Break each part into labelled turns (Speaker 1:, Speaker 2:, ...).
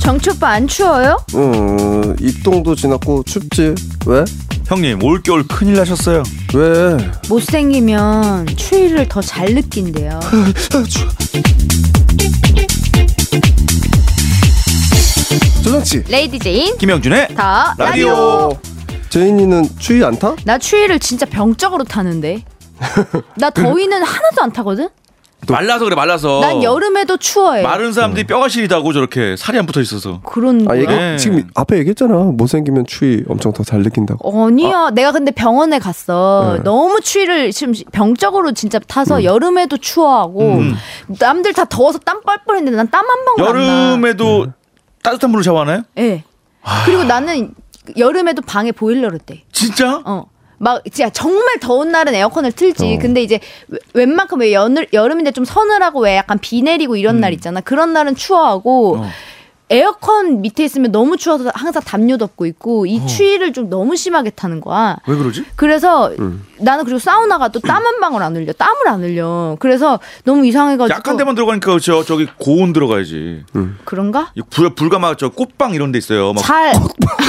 Speaker 1: 정치 오빠 안 추워요?
Speaker 2: 음, 입동도 지났고 춥지? 왜?
Speaker 3: 형님 올겨울 큰일 나셨어요.
Speaker 2: 왜?
Speaker 1: 못생기면 추위를 더 잘 느낀대요.
Speaker 2: 조정치
Speaker 1: 레이디 제인
Speaker 3: 김영준의
Speaker 1: 더
Speaker 3: 라디오.
Speaker 1: 라디오.
Speaker 2: 제인이는 추위 안 타?
Speaker 1: 나 추위를 진짜 병적으로 타는데. 나 더위는 하나도 안 타거든.
Speaker 3: 말라서 그래 말라서.
Speaker 1: 난 여름에도 추워해.
Speaker 3: 마른 사람들이 뼈가 시리다고 저렇게 살이 안 붙어 있어서.
Speaker 1: 그런
Speaker 2: 아
Speaker 1: 거야.
Speaker 2: 얘기
Speaker 3: 네.
Speaker 2: 지금 앞에 얘기했잖아 못생기면 추위 엄청 더 잘 느낀다고
Speaker 1: 아니야. 내가 근데 병원에 갔어.
Speaker 2: 네. 음.
Speaker 1: 너무 추위를 지금 병적으로 진짜 타서 여름에도 추워하고 남들 다 더워서 땀 뻘뻘 했는데 난 땀 한 방울 안 나.
Speaker 3: 여름에도 따뜻한 물로 샤워하나요?
Speaker 1: 예. 그리고 나는 여름에도 방에 보일러를 떼.
Speaker 3: 진짜?
Speaker 1: 어. 막 진짜 정말 더운 날은 에어컨을 틀지. 근데 이제 웬- 웬만큼 왜 여느, 여름인데 좀 서늘하고 왜 약간 비 내리고 이런
Speaker 3: 음.
Speaker 1: 날 있잖아. 그런 날은 추워하고
Speaker 3: 어.
Speaker 1: 에어컨 밑에 있으면 너무 추워서 항상 담요 덮고 있고 이 추위를 좀 너무 심하게 타는 거야.
Speaker 3: 어. 왜 음. 그러지?
Speaker 1: 그래서 나는 그리고 사우나가 또 땀 한 방울 안 흘려. 땀을 안 흘려. 그래서 너무 이상해가지고
Speaker 3: 약한 데만 들어가니까 저 저기 고온 들어가야지.
Speaker 1: 그런가?
Speaker 3: 이 불, 불가마 저 꽃방 이런 데 있어요. 막
Speaker 1: 잘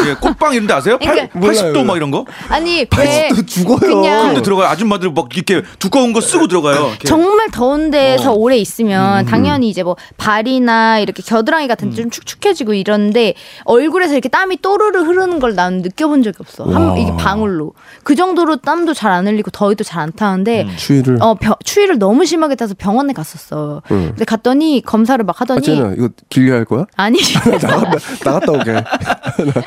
Speaker 3: 예, 꽃방 이런 데 아세요? 어. 팔
Speaker 1: 그러니까-
Speaker 3: 80도 막 이런 거?
Speaker 1: 아니 왜
Speaker 2: 죽어요
Speaker 1: 그냥
Speaker 3: 근데 들어가요. 아줌마들 막 이렇게 두꺼운 거 쓰고
Speaker 1: 아,
Speaker 3: 들어가요. 이렇게. 어. 음,
Speaker 1: 정말 더운 데서 오래 있으면 당연히 이제 뭐 발이나 이렇게 겨드랑이 같은 데 좀 축축해지고 이런데 얼굴에서 이렇게 땀이 또르르 흐르는 걸 난 느껴본 적이 없어. 한, 이게 방울로. 그 정도로 땀도 잘 안 흘리고 더위도 잘 안 타는데
Speaker 3: 음,
Speaker 2: 추위를 아,
Speaker 1: 어, 병- 추위를 너무 심하게 타서 병원에 갔었어.
Speaker 3: 음.
Speaker 1: 근데 갔더니 검사를 막
Speaker 2: 아
Speaker 1: 하더니
Speaker 2: 쟤는 이거 길게 할 거야?
Speaker 1: 아니
Speaker 2: 나갔다, 나갔다 오게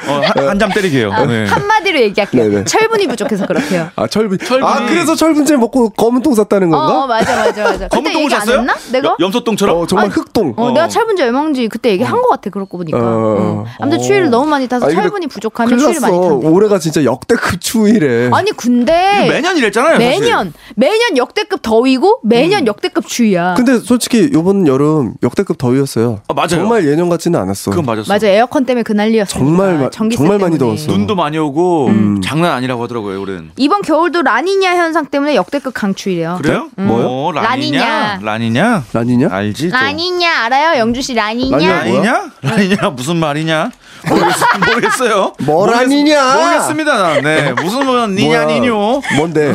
Speaker 3: 어, 한잠 때리게요. 네.
Speaker 1: 아, 한마디로 얘기할게요.
Speaker 2: 네네.
Speaker 1: 철분이 부족해서 그렇대요.
Speaker 2: 아 철분
Speaker 3: 철분이-
Speaker 2: 아 그래서 철분제 먹고 검은 똥 샀다는
Speaker 1: 어, 어,
Speaker 2: 건가?
Speaker 1: 맞아 맞아 맞아. 그때
Speaker 3: 검은똥을
Speaker 1: 얘기 안
Speaker 3: 샀어요?
Speaker 1: 했나? 내가?
Speaker 3: 여- 염소똥처럼?
Speaker 2: 어, 정말 흑똥
Speaker 1: 어, 내가 철분제 얼마인지 그때 얘기한 것 같아 그렇고 보니까.
Speaker 2: 어.
Speaker 1: 어. 아무튼 추위를 너무 많이 타서
Speaker 2: 아니, 근데
Speaker 1: 철분이 부족하면
Speaker 2: 큰일
Speaker 1: 추위를 많이
Speaker 2: 났어 네.
Speaker 1: 탄다.
Speaker 2: 올해가 진짜 역대급 추위래
Speaker 1: 아니 근데
Speaker 3: 매년 이랬잖아요. 사실.
Speaker 1: 매년 매년 역대급 더위고 매년 역대급 추위야.
Speaker 2: 근데 솔직히 요번 여름 역대급 더위였어요
Speaker 3: 아, 맞아요.
Speaker 2: 정말 예년 같지는 않았어
Speaker 3: 그건 맞았어.
Speaker 1: 맞아 에어컨 때문에 그 난리였어.
Speaker 2: 정말 마- 정말 많이 더웠어.
Speaker 3: 눈도 많이 오고
Speaker 2: 음.
Speaker 3: 장난 아니라고 하더라고요. 올해는.
Speaker 1: 이번 겨울도 라니냐 현상 때문에 역대급 강추위래요.
Speaker 3: 그래요?
Speaker 2: 음. 뭐요?
Speaker 3: 어, 라니냐?
Speaker 1: 라니냐.
Speaker 3: 라니냐?
Speaker 2: 라니냐?
Speaker 3: 알지? 또.
Speaker 1: 라니냐 알아요? 영주 씨 라니냐?
Speaker 2: 라니냐 뭐야?
Speaker 3: 라니냐? 라니냐? 무슨 말이냐? 모르겠, 모르겠어요.
Speaker 2: 뭐
Speaker 3: 모르겠-
Speaker 2: 라니냐?
Speaker 3: 모르겠습니다. 나. 네. 무슨 뭐
Speaker 2: 뭐야?
Speaker 3: 니냐 니뇨?
Speaker 2: 뭔데?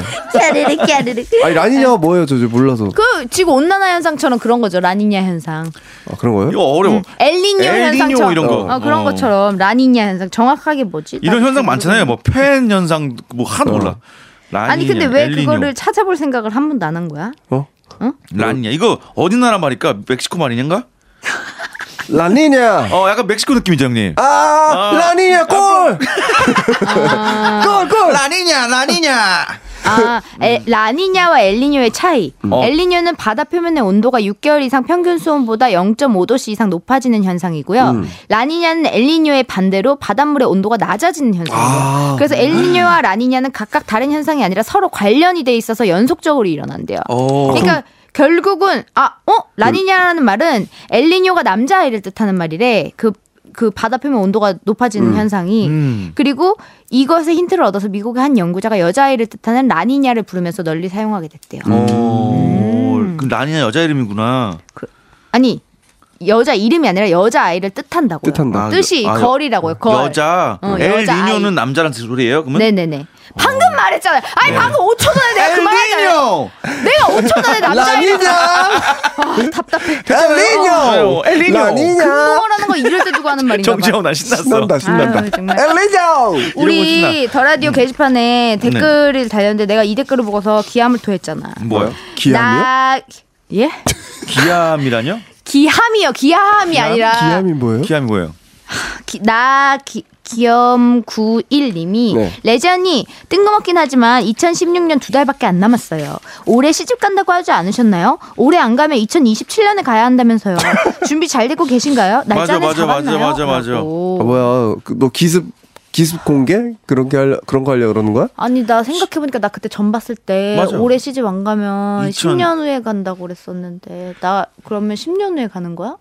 Speaker 1: 르륵 르륵.
Speaker 2: 아니 라니냐가 뭐예요? 저, 저 몰라서
Speaker 1: 그 지구 온난화 현상처럼 그런 거죠 라니냐 현상.
Speaker 2: 아 그런 거예요?
Speaker 3: 이거 어려워.
Speaker 1: 엘니뇨
Speaker 3: 엘니뇨
Speaker 1: 현상처럼
Speaker 3: 이런 거.
Speaker 1: 어, 그런
Speaker 3: 어.
Speaker 1: 것처럼 라니냐 현상 정확하게 뭐지?
Speaker 3: 이런
Speaker 1: 나도
Speaker 3: 현상
Speaker 1: 모르겠네.
Speaker 3: 많잖아요. 뭐팬 현상 뭐 하나도
Speaker 2: 어.
Speaker 3: 몰라. 라니냐,
Speaker 1: 아니 근데 왜
Speaker 3: 엘니뇨.
Speaker 1: 그거를 찾아볼 생각을 한 번도 안 한 거야?
Speaker 2: 어?
Speaker 3: 라니냐? 이거 어디 나라 말일까? 멕시코 말인가?
Speaker 2: 라니냐
Speaker 3: 어, 약간 멕시코 느낌이죠, 형님.
Speaker 2: 아,
Speaker 3: 아,
Speaker 2: 라니냐
Speaker 3: 뭐-
Speaker 2: 골! 골 골!
Speaker 3: 라니냐, 라니냐.
Speaker 1: 아 에, 라니냐와 엘니뇨의 차이.
Speaker 3: 어.
Speaker 1: 엘니뇨는 바다 표면의 온도가 6개월 이상 평균 수온보다 0.5도씨 이상 높아지는 현상이고요.
Speaker 3: 음.
Speaker 1: 라니냐는 엘니뇨의 반대로 바닷물의 온도가 낮아지는 현상이에요. 그래서 엘니뇨와 라니냐는 각각 다른 현상이 아니라 서로 관련이 돼 있어서 연속적으로 일어난대요.
Speaker 3: 어.
Speaker 1: 그러니까 결국은 아, 어? 라니냐라는 말은 엘니뇨가 남자아이를 뜻하는 말이래. 그, 그 바다 표면 온도가 높아지는 현상이.
Speaker 3: 음.
Speaker 1: 그리고 이것에 힌트를 얻어서 미국의 한 연구자가 여자아이를 뜻하는 라니냐를 부르면서 널리 사용하게 됐대요.
Speaker 3: 어,
Speaker 1: 음.
Speaker 3: 그럼 라니냐 여자 이름이구나.
Speaker 1: 아니, 여자 이름이 아니라 여자아이를 뜻한다고요.
Speaker 2: 뜻한다.
Speaker 1: 뜻이
Speaker 3: 아, 여-
Speaker 1: 거리라고요. 거
Speaker 3: 여자. 음.
Speaker 1: 어,
Speaker 3: 엘
Speaker 1: 여자
Speaker 3: 니뇨는
Speaker 1: 아이.
Speaker 3: 남자란 소리예요? 그러면?
Speaker 1: 네네네. 방금 말했잖아요. 아니, 방금 5초 전에 내가 그 말했잖아요.
Speaker 3: 네. 엘니뇨.
Speaker 1: 내가 5초 전에 남자아이. 아, 답답해.
Speaker 3: 아유,
Speaker 2: 엘리뇨!
Speaker 3: 엘니뇨.
Speaker 2: 라니냐!
Speaker 1: 그거라는 거 이럴 때 두고 하는 말인가 봐.
Speaker 3: 정지영 나 신났어.
Speaker 2: 신난다 신난다
Speaker 1: 아유, 정말.
Speaker 2: 엘리뇨!
Speaker 1: 우리 더
Speaker 3: 음.
Speaker 1: 라디오 게시판에
Speaker 3: 네.
Speaker 1: 댓글을 달렸는데 내가 이 댓글을 보고서 기함을 토했잖아.
Speaker 3: 뭐요?
Speaker 2: 기함이요?
Speaker 1: 나... 예?
Speaker 3: 기함이라뇨?
Speaker 1: 기함이요. 기함이 아니라
Speaker 2: 기함이 뭐예요?
Speaker 3: 기함이 뭐예요?
Speaker 1: 기- 나 기, 기염91님이
Speaker 2: 네.
Speaker 1: 레전이 뜬금없긴 하지만 2016년 두 달밖에 안 남았어요. 올해 시집 간다고 하지 않으셨나요? 올해 안 가면 2027년에 가야 한다면서요. 준비 잘 되고 계신가요? 날짜는
Speaker 3: 맞아, 맞아,
Speaker 1: 잡았나요?
Speaker 3: 맞아, 맞아.
Speaker 1: 라고.
Speaker 2: 아, 뭐야 그, 너 기습 기습 공개? 그런 게 할, 그런 거 하려고 그러는 거야?
Speaker 1: 아니 나 생각해보니까 나 그때 점 봤을 때
Speaker 3: 맞아.
Speaker 1: 올해 시집 안 가면
Speaker 3: 2000
Speaker 1: 10년 후에 간다고 그랬었는데 나 그러면 10년 후에 가는 거야?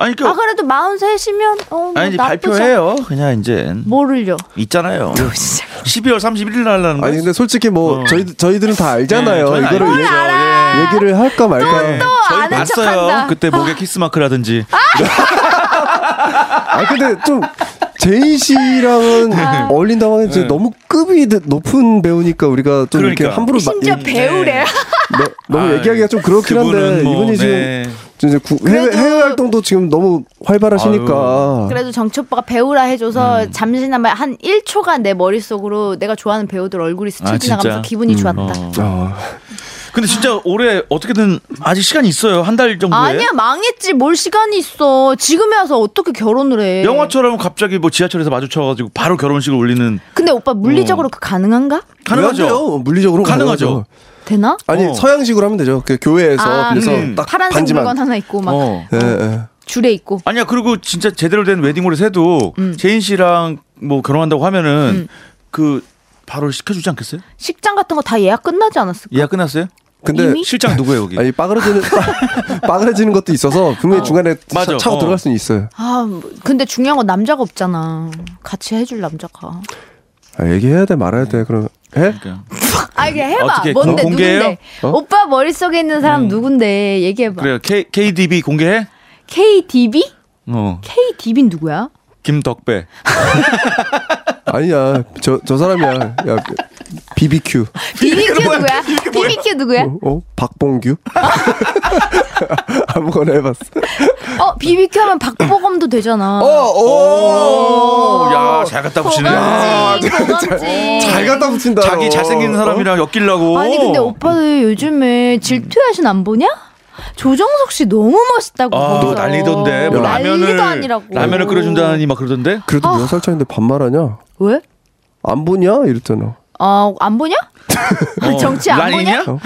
Speaker 3: 아니 그
Speaker 1: 아 그래도 43이면 어, 뭐
Speaker 3: 아니 이제
Speaker 1: 나쁘지 않-
Speaker 3: 발표해요. 그냥 이제
Speaker 1: 뭐를요? 어,
Speaker 3: 있잖아요. 12월 31일 날 하는 거.
Speaker 2: 아니 근데 솔직히 뭐
Speaker 3: 어.
Speaker 2: 저희 저희들은 다 알잖아요.
Speaker 3: 네, 저희는
Speaker 2: 이거를
Speaker 3: 알죠.
Speaker 2: 얘- 얘기를 할까 말까.
Speaker 3: 네. 저희
Speaker 1: 아는 아.
Speaker 3: 봤어요.
Speaker 1: 척한다.
Speaker 3: 그때 목에 키스 마크라든지
Speaker 2: 아 근데 좀 제인 씨랑은
Speaker 1: 아.
Speaker 2: 어울린다고 하는데 진짜 너무 급이 드- 높은 배우니까 우리가 좀 이렇게
Speaker 3: 네. 그러니까.
Speaker 2: 함부로 막 네.
Speaker 1: 심지어 배우래.
Speaker 2: 너, 너무
Speaker 3: 아이,
Speaker 2: 얘기하기가 좀 그렇긴 한데
Speaker 3: 그분은 뭐,
Speaker 2: 이분이 지금
Speaker 3: 네.
Speaker 2: 지금 이제 구- 해외,
Speaker 1: 그래도-
Speaker 2: 해외 활동도 지금 너무 활발하시니까
Speaker 1: 그래도 정치 오빠가 배우라 해줘서
Speaker 2: 음.
Speaker 1: 잠시나마 한 1초간 내 머릿속으로 내가 좋아하는 배우들 얼굴이 스쳐
Speaker 3: 아,
Speaker 1: 지나가면서
Speaker 3: 진짜?
Speaker 1: 기분이
Speaker 2: 음,
Speaker 1: 좋았다.
Speaker 3: 어.
Speaker 2: 아,
Speaker 3: 근데 진짜 올해 어떻게든 아직 시간이 있어요. 한 달 정도에.
Speaker 1: 아니야 망했지 뭘 시간이 있어 지금에 와서 어떻게 결혼을 해
Speaker 3: 영화처럼 갑자기 뭐 지하철에서 마주쳐가지고 바로 결혼식을 올리는
Speaker 1: 근데 오빠 물리적으로
Speaker 2: 어.
Speaker 1: 그 가능한가?
Speaker 2: 왜 안
Speaker 3: 가능하죠.
Speaker 2: 돼요? 물리적으로
Speaker 3: 가능하죠.
Speaker 1: 되나?
Speaker 2: 아니
Speaker 3: 어.
Speaker 2: 서양식으로 하면 되죠. 그 교회에서
Speaker 1: 아,
Speaker 2: 그래서
Speaker 3: 음.
Speaker 2: 딱
Speaker 1: 파란색
Speaker 2: 반지만.
Speaker 1: 물건 하나 있고 막
Speaker 3: 어.
Speaker 2: 예, 예.
Speaker 1: 줄에 있고
Speaker 3: 아니야 그리고 진짜 제대로 된 웨딩홀에서 해도
Speaker 1: 음.
Speaker 3: 제인 씨랑 뭐 결혼한다고 하면은 그 바로 시켜주지 않겠어요?
Speaker 1: 식장 같은 거 다 예약 끝나지 않았을까?
Speaker 3: 예약 끝났어요?
Speaker 2: 근데
Speaker 1: 그 이미?
Speaker 3: 실장 누구예요 여기?
Speaker 2: 아니 빠그러지는 빠- 빠그러지는 것도 있어서 분명히 중간에
Speaker 3: 맞아.
Speaker 2: 차, 차고
Speaker 3: 어.
Speaker 2: 들어갈 수는 있어요.
Speaker 1: 아 뭐, 근데 중요한 건 남자가 없잖아 같이 해줄 남자가
Speaker 2: 아, 얘기해야 돼 말아야 돼 그럼 해?
Speaker 3: 그러니까.
Speaker 1: 아 이게 해봐
Speaker 3: 어떻게
Speaker 1: 뭔데
Speaker 3: 공개해요? 음.
Speaker 1: 누군데
Speaker 2: 어?
Speaker 1: 오빠 머릿속에 있는 사람 누군데 얘기해봐
Speaker 3: 그래요. K KDB 공개해?
Speaker 1: KDB?
Speaker 3: 어.
Speaker 1: KDB는 누구야?
Speaker 3: 김덕배.
Speaker 2: 아니야 저 저 사람이야. 야 BBQ
Speaker 1: BBQ 누구야? BBQ 누구야?
Speaker 2: 어, 어? 박봉규 아무거나 해봤어.
Speaker 1: 어 BBQ 하면 박보검도 되잖아
Speaker 3: 어, 오, 야, 잘 갖다 붙이네. 야,
Speaker 1: 고검지 고검지
Speaker 2: 잘 갖다 붙인다. 어?
Speaker 3: 자기 잘생긴 사람이랑 엮이려고.
Speaker 1: 아니 근데 오빠들 요즘에 질투야신 안 보냐? 조정석 씨 너무 멋있다고
Speaker 3: 아,
Speaker 1: 거기서.
Speaker 3: 난리던데. 뭐 라면을
Speaker 1: 난리도 아니라고
Speaker 3: 라면을 끓여준다니 막 그러던데.
Speaker 2: 그래도
Speaker 1: 어.
Speaker 2: 몇 살 차인데 반말하냐?
Speaker 1: 왜?
Speaker 2: 안 보냐? 이랬잖아.
Speaker 1: 어, 안 보냐? 그
Speaker 3: 어,
Speaker 1: 정치 안
Speaker 3: 라인이냐?
Speaker 1: 보냐?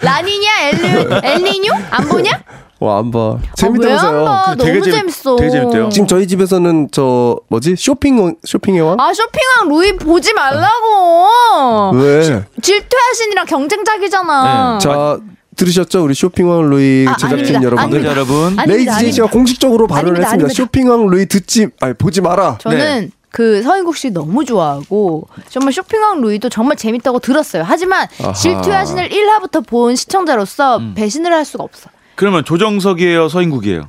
Speaker 1: 라니냐 엘르, 엘니뇨? 안 보냐?
Speaker 2: 와 어, 안 봐.
Speaker 1: 아,
Speaker 2: 재밌다면서요.
Speaker 1: 왜안 봐?
Speaker 3: 그 되게
Speaker 1: 너무
Speaker 3: 재밌-
Speaker 1: 재밌어
Speaker 3: 되게 재밌대요.
Speaker 2: 지금 저희 집에서는 저 뭐지 쇼핑 쇼핑의 왕?
Speaker 1: 아 쇼핑왕 루이 보지 말라고
Speaker 2: 왜?
Speaker 1: 질투야신이랑 경쟁작이잖아
Speaker 2: 네.
Speaker 3: 네.
Speaker 2: 자 들으셨죠 우리 쇼핑왕 루이
Speaker 1: 어. 아,
Speaker 2: 제작진
Speaker 1: 아닙니다.
Speaker 2: 여러분들.
Speaker 3: 네,
Speaker 1: 아닙니다.
Speaker 3: 여러분.
Speaker 1: 아니-
Speaker 2: 레이지
Speaker 1: 아닙니다,
Speaker 2: 제인 씨가
Speaker 1: 아닙니다.
Speaker 2: 공식적으로 발언을
Speaker 1: 아닙니다,
Speaker 2: 했습니다.
Speaker 1: 아닙니다.
Speaker 2: 쇼핑왕 루이 듣지 아니 보지 마라.
Speaker 1: 저는
Speaker 2: 네.
Speaker 1: 그 서인국 씨 너무 좋아하고 정말 쇼핑왕 루이도 정말 재밌다고 들었어요. 하지만
Speaker 2: 아하. 음.
Speaker 1: 질투야신을 1화부터 본 시청자로서 배신을 할 수가 없어.
Speaker 3: 그러면 조정석이에요, 서인국이에요?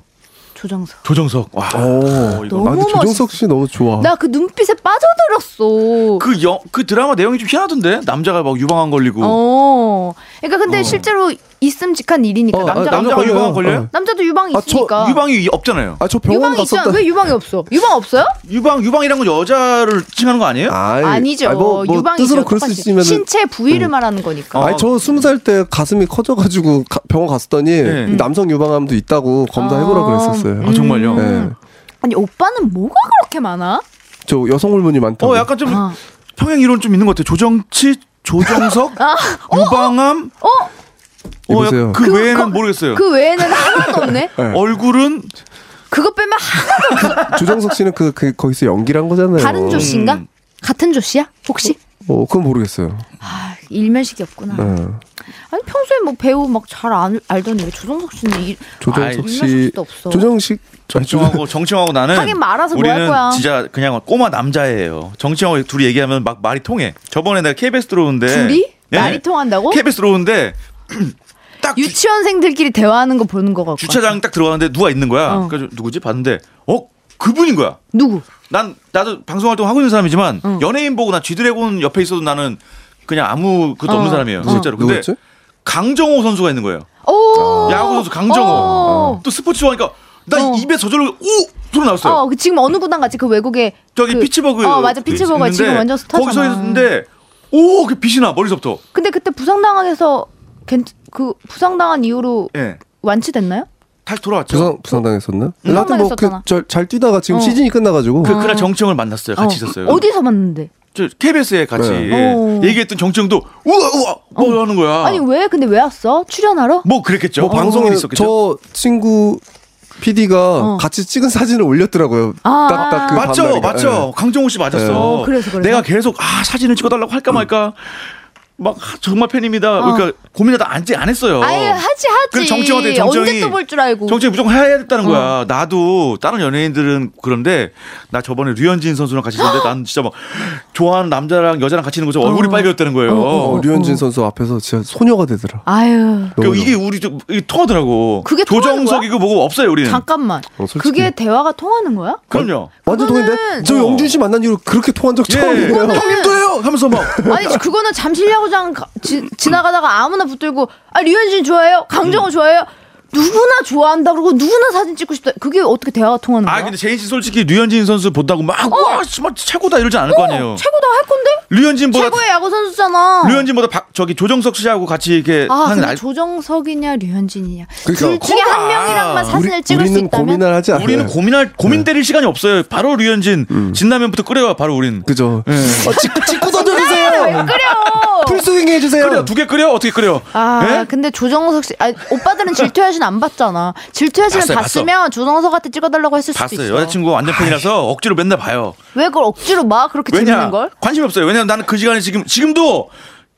Speaker 1: 조정석.
Speaker 3: 조정석. 와.
Speaker 2: 어. 오.
Speaker 3: 이거
Speaker 1: 너무
Speaker 2: 아, 근데 조정석 씨 너무 좋아.
Speaker 1: 나 그 눈빛에 빠져들었어.
Speaker 3: 그, 여, 그 드라마 내용이 좀 희한하던데? 남자가 막 유방암 걸리고.
Speaker 1: 어. 그러니까 근데 실제로 있음직한 일이니까
Speaker 2: 어,
Speaker 1: 남자
Speaker 3: 남자가
Speaker 2: 남자 걸려요.
Speaker 3: 유방암 걸려요?
Speaker 2: 어.
Speaker 1: 남자도 유방이
Speaker 2: 아, 저
Speaker 1: 있으니까.
Speaker 3: 유방이 없잖아요.
Speaker 2: 아 저 병원
Speaker 1: 유방이 있잖아.
Speaker 2: 갔었다.
Speaker 1: 왜 유방이 없어? 유방 없어요?
Speaker 3: 유방, 유방이란 건 여자를 칭하는 거 아니에요?
Speaker 2: 아이,
Speaker 1: 아니죠.
Speaker 2: 아니, 뭐, 뭐
Speaker 1: 유방이죠.
Speaker 2: 뜻으로 그럴 수 음.
Speaker 1: 똑같이.
Speaker 2: 있으면.
Speaker 1: 신체 부위를 말하는 거니까.
Speaker 3: 어.
Speaker 2: 아니 저 스무 살 때 가슴이 커져가지고 가- 병원 갔었더니
Speaker 3: 네.
Speaker 2: 남성 유방암도 있다고 검사해보라
Speaker 1: 음. 아,
Speaker 2: 그랬었어요.
Speaker 3: 아, 정말요?
Speaker 2: 네.
Speaker 1: 아니 오빠는 뭐가 그렇게 많아?
Speaker 2: 저 여성 호르몬이 많다고.
Speaker 3: 어, 약간 좀
Speaker 1: 아.
Speaker 3: 평행 이론 좀 있는 것 같아요. 조정치, 조정석,
Speaker 1: 아, 어,
Speaker 3: 유방암. 어,
Speaker 2: 여보세요.
Speaker 3: 약- 그,
Speaker 1: 그-
Speaker 3: 외에는
Speaker 1: 거-
Speaker 3: 모르겠어요.
Speaker 1: 그 외에는 하나도 없네.
Speaker 3: 얼굴은
Speaker 1: 그거 빼면 하나도
Speaker 2: 조정석 씨는 그, 그 거기서 연기를 한 거잖아요.
Speaker 1: 다른 조 씨인가?
Speaker 3: 음.
Speaker 1: 같은 조 씨야? 혹시?
Speaker 2: 어, 그건 모르겠어요.
Speaker 1: 아, 일면식이 없구나.
Speaker 2: 네.
Speaker 1: 아니 평소에 뭐 배우 막 잘 알더니 왜 조정석 씨는 이,
Speaker 2: 조정석
Speaker 3: 아이,
Speaker 1: 일면식
Speaker 2: 씨.
Speaker 1: 수도 없어.
Speaker 2: 조정식. 아니, 조-
Speaker 3: 정하고 정치형하고 나는
Speaker 1: 그 하긴 말아서 뭐할
Speaker 3: 우리는
Speaker 1: 거야.
Speaker 3: 진짜 그냥 꼬마 남자예요. 정치형하고 둘이 얘기하면 막 말이 통해. 저번에 내가 KBS 들어오는데
Speaker 1: 둘이
Speaker 3: 예.
Speaker 1: 말이 통한다고?
Speaker 3: KBS 들어오는데 딱 주-
Speaker 1: 유치원생들끼리 대화하는 거 보는 거 같고.
Speaker 3: 주차장 딱 들어가는데 누가 있는 거야.
Speaker 1: 어.
Speaker 3: 그래서 누구지 봤는데 어 그분인 거야.
Speaker 1: 누구?
Speaker 3: 난 나도 방송 활동 하고 있는 사람이지만
Speaker 1: 응.
Speaker 3: 연예인 보고 나 쥐드래곤 옆에 있어도 나는 그냥 아무 것도
Speaker 1: 어.
Speaker 3: 없는 사람이에요.
Speaker 1: 어.
Speaker 3: 실제로. 근데
Speaker 2: 누구였지?
Speaker 3: 강정호 선수가 있는 거예요.
Speaker 1: 오.
Speaker 3: 아. 야구 선수 강정호.
Speaker 1: 어.
Speaker 3: 또 스포츠 좋아하니까 나
Speaker 1: 어.
Speaker 3: 입에 저절로 오 소리
Speaker 2: 네.
Speaker 3: 나왔어요.
Speaker 1: 어, 그 지금 어느 구단 같이 그 외국에
Speaker 3: 저기
Speaker 1: 그-
Speaker 3: 피츠버그.
Speaker 1: 어, 맞아. 피츠버그
Speaker 3: 있는데
Speaker 1: 지금 완전 스타잖아.
Speaker 3: 거기서 있는데 오, 그 빛이 나 머리서부터.
Speaker 1: 근데 그때 부상당해서 괜- 그 부상당한 이후로
Speaker 3: 예.
Speaker 1: 완치됐나요?
Speaker 3: 다시 돌아왔죠.
Speaker 2: 부상 부상당했었나?
Speaker 1: 응.
Speaker 2: 하여튼
Speaker 1: 음, 부상당했었잖아.
Speaker 2: 뭐그잘 뛰다가 지금
Speaker 1: 어.
Speaker 2: 시즌이 끝나가지고
Speaker 3: 그 그날 정청을 만났어요. 같이 있었어요.
Speaker 1: 아. 어디서 만났는데?
Speaker 3: 저 KBS에 같이
Speaker 2: 네.
Speaker 1: 오.
Speaker 3: 얘기했던 정청도 우와 우와 뭐 하는 거야.
Speaker 1: 어. 아니 왜 근데 왜 왔어? 출연하러?
Speaker 3: 뭐 그랬겠죠.
Speaker 2: 뭐 방송에
Speaker 3: 에
Speaker 2: 저 친구 PD가
Speaker 1: 어.
Speaker 2: 같이 찍은 사진을 올렸더라고요.
Speaker 1: 아.
Speaker 2: 딱딱 그
Speaker 3: 맞죠,
Speaker 2: 밤날이가.
Speaker 3: 맞죠. 강정호 씨 맞았어.
Speaker 1: 어, 그래서, 그래서?
Speaker 3: 내가 계속 아 사진을 찍어달라고 할까 말까. 막 하, 정말 팬입니다. 그러니까 고민하다 앉지 안 했어요.
Speaker 1: 어. 아유 하지 하지.
Speaker 3: 그럼 정치가 돼, 정정이.
Speaker 1: 언제 또 볼 줄 알고.
Speaker 3: 정치 무조건 해야 됐다는 거야.
Speaker 1: 어.
Speaker 3: 나도 다른 연예인들은 그런데 나 저번에 류현진 선수랑 같이 있는데 난 진짜 막 좋아하는 남자랑 여자랑 같이 있는 거죠. 얼굴이 빨개졌다는 거예요.
Speaker 2: 어, 류현진 선수 앞에서 진짜 소녀가 되더라.
Speaker 1: 아유.
Speaker 3: 그
Speaker 2: 너무
Speaker 3: 이게 우리 좀 이게 통하더라고.
Speaker 1: 어, 그게 통하는
Speaker 3: 조정석이고 뭐고 예. 없어요 우리는.
Speaker 1: 잠깐만.
Speaker 2: 어, 솔직히.
Speaker 1: 그게 대화가 통하는 거야?
Speaker 3: 그럼요.
Speaker 2: 완전
Speaker 1: 그거는-
Speaker 2: 동인데 저 영준 씨 만난 이후로 그렇게 통한
Speaker 3: 예.
Speaker 2: 적 처음이에요.
Speaker 3: 형님도 해요. 하면서 막
Speaker 1: 아니 그거는 잠실야구장 가- 지, 지나가다가 아무나 붙들고 아 류현진 좋아해요? 강정호
Speaker 3: 음.
Speaker 1: 좋아해요? 누구나 좋아한다 그러고 누구나 사진 찍고 싶다. 그게 어떻게 대화가 통하는 거야?
Speaker 3: 아 근데 제인 씨 솔직히 류현진 선수 본다고 막와 정말 최고다 이러지 않을 거 아니에요.
Speaker 1: 어, 최고다 할 건데?
Speaker 3: 류현진보다
Speaker 1: 최고의 야구 선수잖아.
Speaker 3: 류현진보다 박, 저기 조정석 씨하고 같이 이렇게
Speaker 1: 아
Speaker 3: 하는
Speaker 1: 근데
Speaker 3: 날-
Speaker 1: 조정석이냐 류현진이냐
Speaker 2: 그러니까
Speaker 1: 둘 중에
Speaker 3: 커봐.
Speaker 1: 한 명이랑만 사진을
Speaker 2: 우리,
Speaker 1: 찍을 수
Speaker 2: 우리는
Speaker 1: 있다면
Speaker 2: 고민을 하지 않아요.
Speaker 3: 우리는 고민할 고민 때릴 시간이 없어요. 바로 류현진 진라면부터 끓여요. 바로 우리는.
Speaker 2: 그죠.
Speaker 3: 예.
Speaker 2: 어, 찍고, 찍고 던져주세요.
Speaker 1: 그래요.
Speaker 2: 풀스윙 해주세요.
Speaker 3: 끓여 두 개 끓여 어떻게 끓여?
Speaker 1: 아
Speaker 3: 예?
Speaker 1: 근데 조정석 씨 아, 오빠들은 질투의 신안 봤잖아. 질투의 신을
Speaker 3: 봤어요,
Speaker 1: 봤으면 조정석한테 찍어달라고 했을 수도
Speaker 3: 봤어요.
Speaker 1: 있어.
Speaker 3: 여자친구가 완전 팬이라서 억지로 맨날 봐요.
Speaker 1: 왜 그걸 억지로 막 그렇게
Speaker 3: 왜냐?
Speaker 1: 재밌는 걸?
Speaker 3: 관심이 없어요. 왜냐면 나는 그 시간에 지금 지금도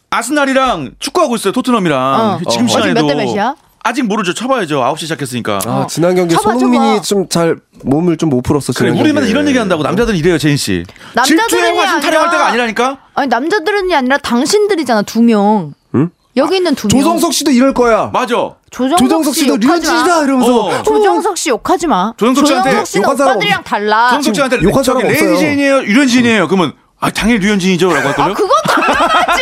Speaker 3: 아스날이랑 축구하고 있어요. 토트넘이랑.
Speaker 1: 어.
Speaker 3: 지금
Speaker 1: 어.
Speaker 3: 시간에도
Speaker 1: 지금 몇대 몇이야?
Speaker 3: 아직 모르죠. 쳐봐야죠. 9시 시작했으니까.
Speaker 2: 아,
Speaker 1: 어.
Speaker 2: 지난 경기에
Speaker 1: 쳐봐, 쳐봐.
Speaker 2: 손흥민이 좀 잘 몸을 좀 못 풀었어.
Speaker 3: 그래.
Speaker 2: 지난
Speaker 3: 우리 맨날
Speaker 2: 경기에.
Speaker 3: 이런 얘기 한다고. 남자들은 이래요, 제인 씨.
Speaker 1: 남자들은이
Speaker 3: 질투의 관심 타령할
Speaker 1: 아니라-
Speaker 3: 때가 아니라니까?
Speaker 1: 아니 남자들은이 아니라 당신들이잖아 두 명.
Speaker 2: 응?
Speaker 1: 여기 있는 두 명.
Speaker 2: 음. 조성석 씨도 이럴 거야.
Speaker 3: 맞아.
Speaker 1: 조정석,
Speaker 2: 조정석 씨도
Speaker 1: 욕하지 마.
Speaker 2: 류현진이다 이러면서
Speaker 3: 어.
Speaker 1: 조정석 씨 욕하지 마.
Speaker 3: 조정석 씨한테
Speaker 1: 는
Speaker 2: 욕한 사람
Speaker 1: 오빠들이랑 달라.
Speaker 3: 정석 씨한테
Speaker 2: 욕한
Speaker 3: 저기
Speaker 2: 사람
Speaker 3: 레이디
Speaker 2: 없어요.
Speaker 3: 제인이에요. 유현진이에요. 그러면 아, 당연히 류현진이죠. 라고 할걸요?
Speaker 1: 아 그건 당연하지.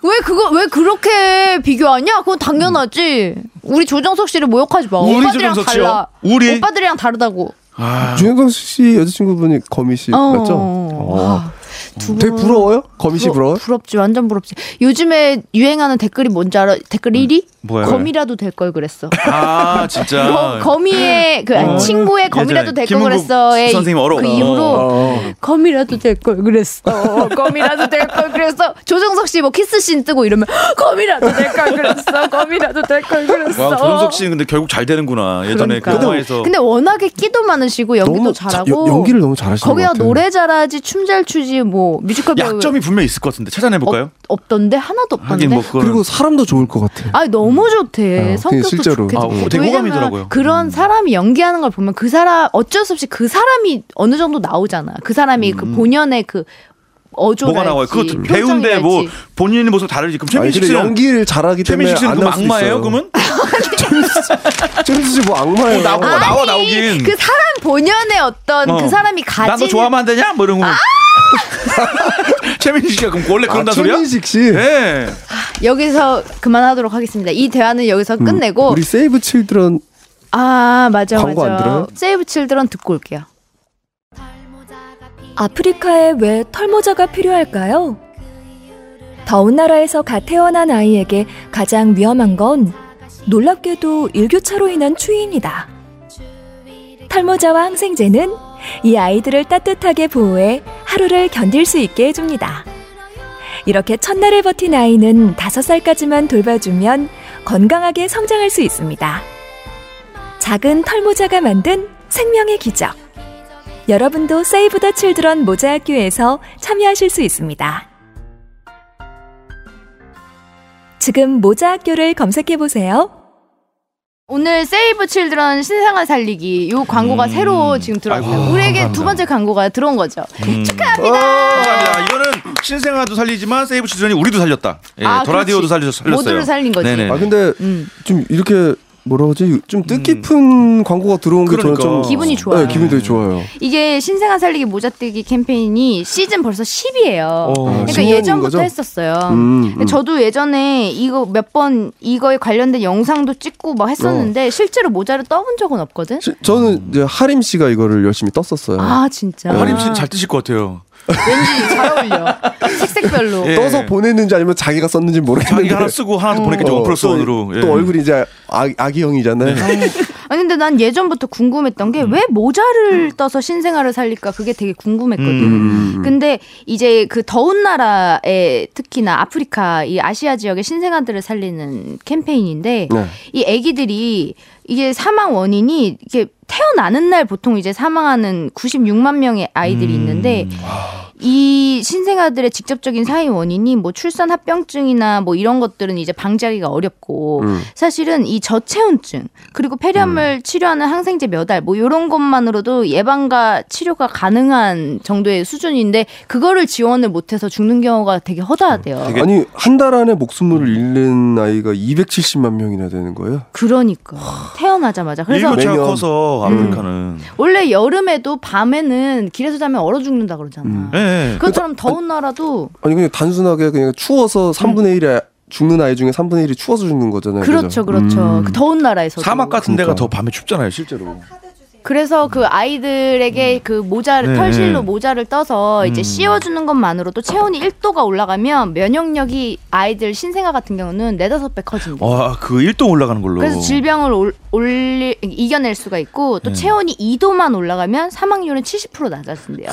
Speaker 1: 왜 그거 왜 그렇게 비교하냐? 그건 당연하지. 우리 조정석 씨를 모욕하지 마.
Speaker 3: 우리
Speaker 1: 오빠들이랑
Speaker 3: 조정석 씨요?
Speaker 1: 달라.
Speaker 3: 우리?
Speaker 1: 오빠들이랑 다르다고.
Speaker 2: 주현성 아. 씨 여자친구분이 거미 씨
Speaker 1: 아. 어.
Speaker 3: 그렇죠?
Speaker 2: 맞죠? 어.
Speaker 1: 와, 두
Speaker 2: 되게
Speaker 1: 분.
Speaker 2: 부러워요? 거미 씨 부러워요?
Speaker 1: 부럽지 완전 부럽지. 요즘에 유행하는 댓글이 뭔지 알아? 댓글 1위?
Speaker 3: 음, 뭐야?
Speaker 1: 거미라도 될 걸 그랬어.
Speaker 3: 아 진짜.
Speaker 1: 거, 거미의 그
Speaker 3: 어.
Speaker 1: 친구의 거미라도
Speaker 3: 예전에
Speaker 1: 될 걸
Speaker 3: 김은국
Speaker 1: 그랬어의
Speaker 3: 선생님 어려워.
Speaker 1: 그
Speaker 3: 어.
Speaker 1: 이후로
Speaker 2: 어.
Speaker 1: 거미라도 될 걸 그랬어. 거미라도 될 걸 그랬어. 조정석 씨 뭐 키스 씬 뜨고 이러면 거미라도 될 걸 그랬어. 거미라도 될 걸 그랬어.
Speaker 3: 와 조정석 씨는 근데 결국 잘 되는구나. 예전에 그
Speaker 1: 그러니까.
Speaker 3: 영화에서.
Speaker 1: 근데 워낙에 끼도 많으시고 연기도
Speaker 2: 너무 자-
Speaker 1: 잘하고
Speaker 2: 연- 연기를 너무 잘하시는
Speaker 1: 거기다
Speaker 2: 것 같아요.
Speaker 1: 노래 잘하지 춤 잘 추지 뭐 뮤지컬 배우
Speaker 3: 약점이 분명 히 있을 것 같은데 찾아내볼까요?
Speaker 1: 없, 던데 하나도 없던데.
Speaker 3: 하긴 뭐 그거
Speaker 2: 그리고 사람도 좋을 것 같아.
Speaker 1: 아 너무 좋대.
Speaker 2: 어,
Speaker 1: 성격도
Speaker 2: 실제로.
Speaker 1: 좋게
Speaker 2: 아,
Speaker 1: 좋고.
Speaker 3: 되게
Speaker 1: 왜냐면
Speaker 3: 호감이더라고요. 음.
Speaker 1: 그런 사람이 연기하는 걸 보면 그 사람 어쩔 수 없이 그 사람이 어느 정도 나오잖아. 그 사람이 그 본연의 그 어조랄지
Speaker 3: 음. 뭐가 나와요? 그거 배우인데 뭐 본인의 모습 다르지. 그럼 최민식
Speaker 2: 아이들이
Speaker 3: 씨는
Speaker 2: 연기를 잘하기 때문에
Speaker 3: 최민식 씨는
Speaker 2: 안
Speaker 3: 그럼
Speaker 2: 나올 수
Speaker 3: 악마예요?
Speaker 2: 있어요.
Speaker 3: 그러면
Speaker 2: 최민식 씨뭐 악마예요.
Speaker 3: 나보고
Speaker 2: 아,
Speaker 3: 나와
Speaker 1: 아니
Speaker 3: 나오긴.
Speaker 1: 그 사람 본연의 어떤
Speaker 3: 어.
Speaker 1: 그 사람이 가진
Speaker 3: 나너 좋아하면 안 되냐? 뭐 이런 거.
Speaker 1: 아!
Speaker 3: 최민식 씨가 그럼 원래 그런다 소리야?
Speaker 2: 아, 최민식 씨.
Speaker 3: 예.
Speaker 1: 여기서 그만하도록 하겠습니다. 이 대화는 여기서
Speaker 3: 음,
Speaker 1: 끝내고
Speaker 2: 우리 세이브 칠드런
Speaker 1: 아 맞아
Speaker 2: 광고 안
Speaker 1: 맞아.
Speaker 2: 들어요?
Speaker 1: 세이브 칠드런 듣고 올게요.
Speaker 4: 아프리카에 왜 털모자가 필요할까요? 더운 나라에서 갓 태어난 아이에게 가장 위험한 건 놀랍게도 일교차로 인한 추위입니다. 털모자와 항생제는 이 아이들을 따뜻하게 보호해 하루를 견딜 수 있게 해줍니다. 이렇게 첫날을 버틴 아이는 5살까지만 돌봐주면 건강하게 성장할 수 있습니다. 작은 털모자가 만든 생명의 기적. 여러분도 세이브 더 칠드런 모자 학교에서 참여하실 수 있습니다. 지금 모자 학교를 검색해 보세요.
Speaker 1: 오늘 세이브 칠드런 신생아 살리기 요 광고가
Speaker 3: 음.
Speaker 1: 새로 지금 들어왔어요.
Speaker 3: 아이고,
Speaker 1: 우리에게
Speaker 3: 감사합니다.
Speaker 1: 두 번째 광고가 들어온 거죠.
Speaker 3: 음. 감사합니다. 이거는 신생아도 살리지만 세이브 칠드런이 우리도 살렸다. 예,
Speaker 1: 아,
Speaker 3: 더 라디오도
Speaker 1: 그렇지.
Speaker 3: 살려 살렸어요.
Speaker 1: 모두를 살린 거지.
Speaker 3: 네네.
Speaker 2: 아 근데
Speaker 1: 음.
Speaker 2: 좀 이렇게 뭐라 하지? 좀 뜻깊은 광고가 들어온 게 저는
Speaker 3: 음. 그러니까.
Speaker 2: 좀
Speaker 1: 기분이 좋아요.
Speaker 2: 네, 기분이 되게 좋아요.
Speaker 1: 이게 신생아 살리기 모자뜨기 캠페인이 시즌 벌써 10이에요.
Speaker 3: 어.
Speaker 1: 그러니까
Speaker 2: 10년인
Speaker 1: 예전부터
Speaker 2: 거죠?
Speaker 1: 했었어요.
Speaker 2: 음,
Speaker 1: 근데
Speaker 2: 음.
Speaker 1: 저도 예전에 이거 몇 번 이거에 관련된 영상도 찍고 막 했었는데
Speaker 3: 어.
Speaker 1: 실제로 모자를 떠본 적은 없거든.
Speaker 2: 시-
Speaker 3: 음.
Speaker 2: 저는 이제 하림 씨가 이거를 열심히 떴었어요.
Speaker 1: 아 진짜.
Speaker 3: 하림 씨는 음. 잘 뜨실 것 같아요.
Speaker 1: 왠지 잘 어울려. 색색별로.
Speaker 3: 예.
Speaker 2: 떠서 보냈는지 아니면 자기가 썼는지 모르겠는데
Speaker 3: 자기 하나 쓰고 하나 더 보내겠죠.
Speaker 2: 어,
Speaker 3: 원플러
Speaker 2: 또-
Speaker 3: 원으로. 예. 네.
Speaker 2: 또 얼굴이 이제 아, 아기 형이잖아요.
Speaker 1: 아니 근데 난 예전부터 궁금했던
Speaker 2: 음.
Speaker 1: 게 왜 모자를 떠서 신생아를 살릴까 그게 되게 궁금했거든.
Speaker 2: 음.
Speaker 1: 근데 이제 그 더운 나라에 특히나 아프리카 이 아시아 지역의 신생아들을 살리는 캠페인인데
Speaker 2: 네.
Speaker 1: 이 아기들이 이게 사망 원인이
Speaker 2: 음.
Speaker 1: 이게 태어나는 날 보통 이제 사망하는 96만 명의 아이들이 있는데 이 신생아들의 직접적인 사회 원인이 뭐 출산 합병증이나 뭐 이런 것들은 이제 방지하기가 어렵고
Speaker 2: 음.
Speaker 1: 사실은 이 저체온증 그리고 폐렴을 치료하는 항생제 몇 알 뭐 이런 것만으로도 예방과 치료가 가능한 정도의 수준인데 그거를 지원을 못해서 죽는 경우가 되게 허다하대요.
Speaker 3: 되게- 음.
Speaker 2: 아니 한 달 안에 목숨을 잃는 아이가 270만 명이나 되는 거예요?
Speaker 1: 그러니까 태어나자마자 그래서
Speaker 3: 일교차가
Speaker 2: 매년- 음.
Speaker 3: 커서 아프리카는.
Speaker 1: 원래 여름에도 밤에는 길에서 자면 얼어 죽는다 그러잖아.
Speaker 3: 예, 예.
Speaker 1: 그것처럼 더운 나라도
Speaker 2: 아니 그냥 단순하게 그냥 추워서 3분의 1에 죽는 아이 중에 3분의 1이 추워서 죽는 거잖아요.
Speaker 1: 음.
Speaker 2: 음.
Speaker 1: 그렇죠, 그렇죠. 그 더운 나라에서도
Speaker 3: 사막 같은 데가
Speaker 2: 그러니까.
Speaker 3: 더 밤에 춥잖아요, 실제로.
Speaker 1: 그래서 그 아이들에게 그 모자를
Speaker 3: 네. 음.
Speaker 1: 털실로 모자를 떠서 이제 씌워주는 것만으로도 체온이 1도가 올라가면 면역력이 아이들 신생아 같은 경우는 네다섯 배 커진다.
Speaker 3: 와, 그 1도 올라가는 걸로.
Speaker 1: 그래서 질병을 올, 올리, 이겨낼 수가 있고 또
Speaker 3: 네.
Speaker 1: 체온이 2도만 올라가면 사망률은 70% 낮아진대요.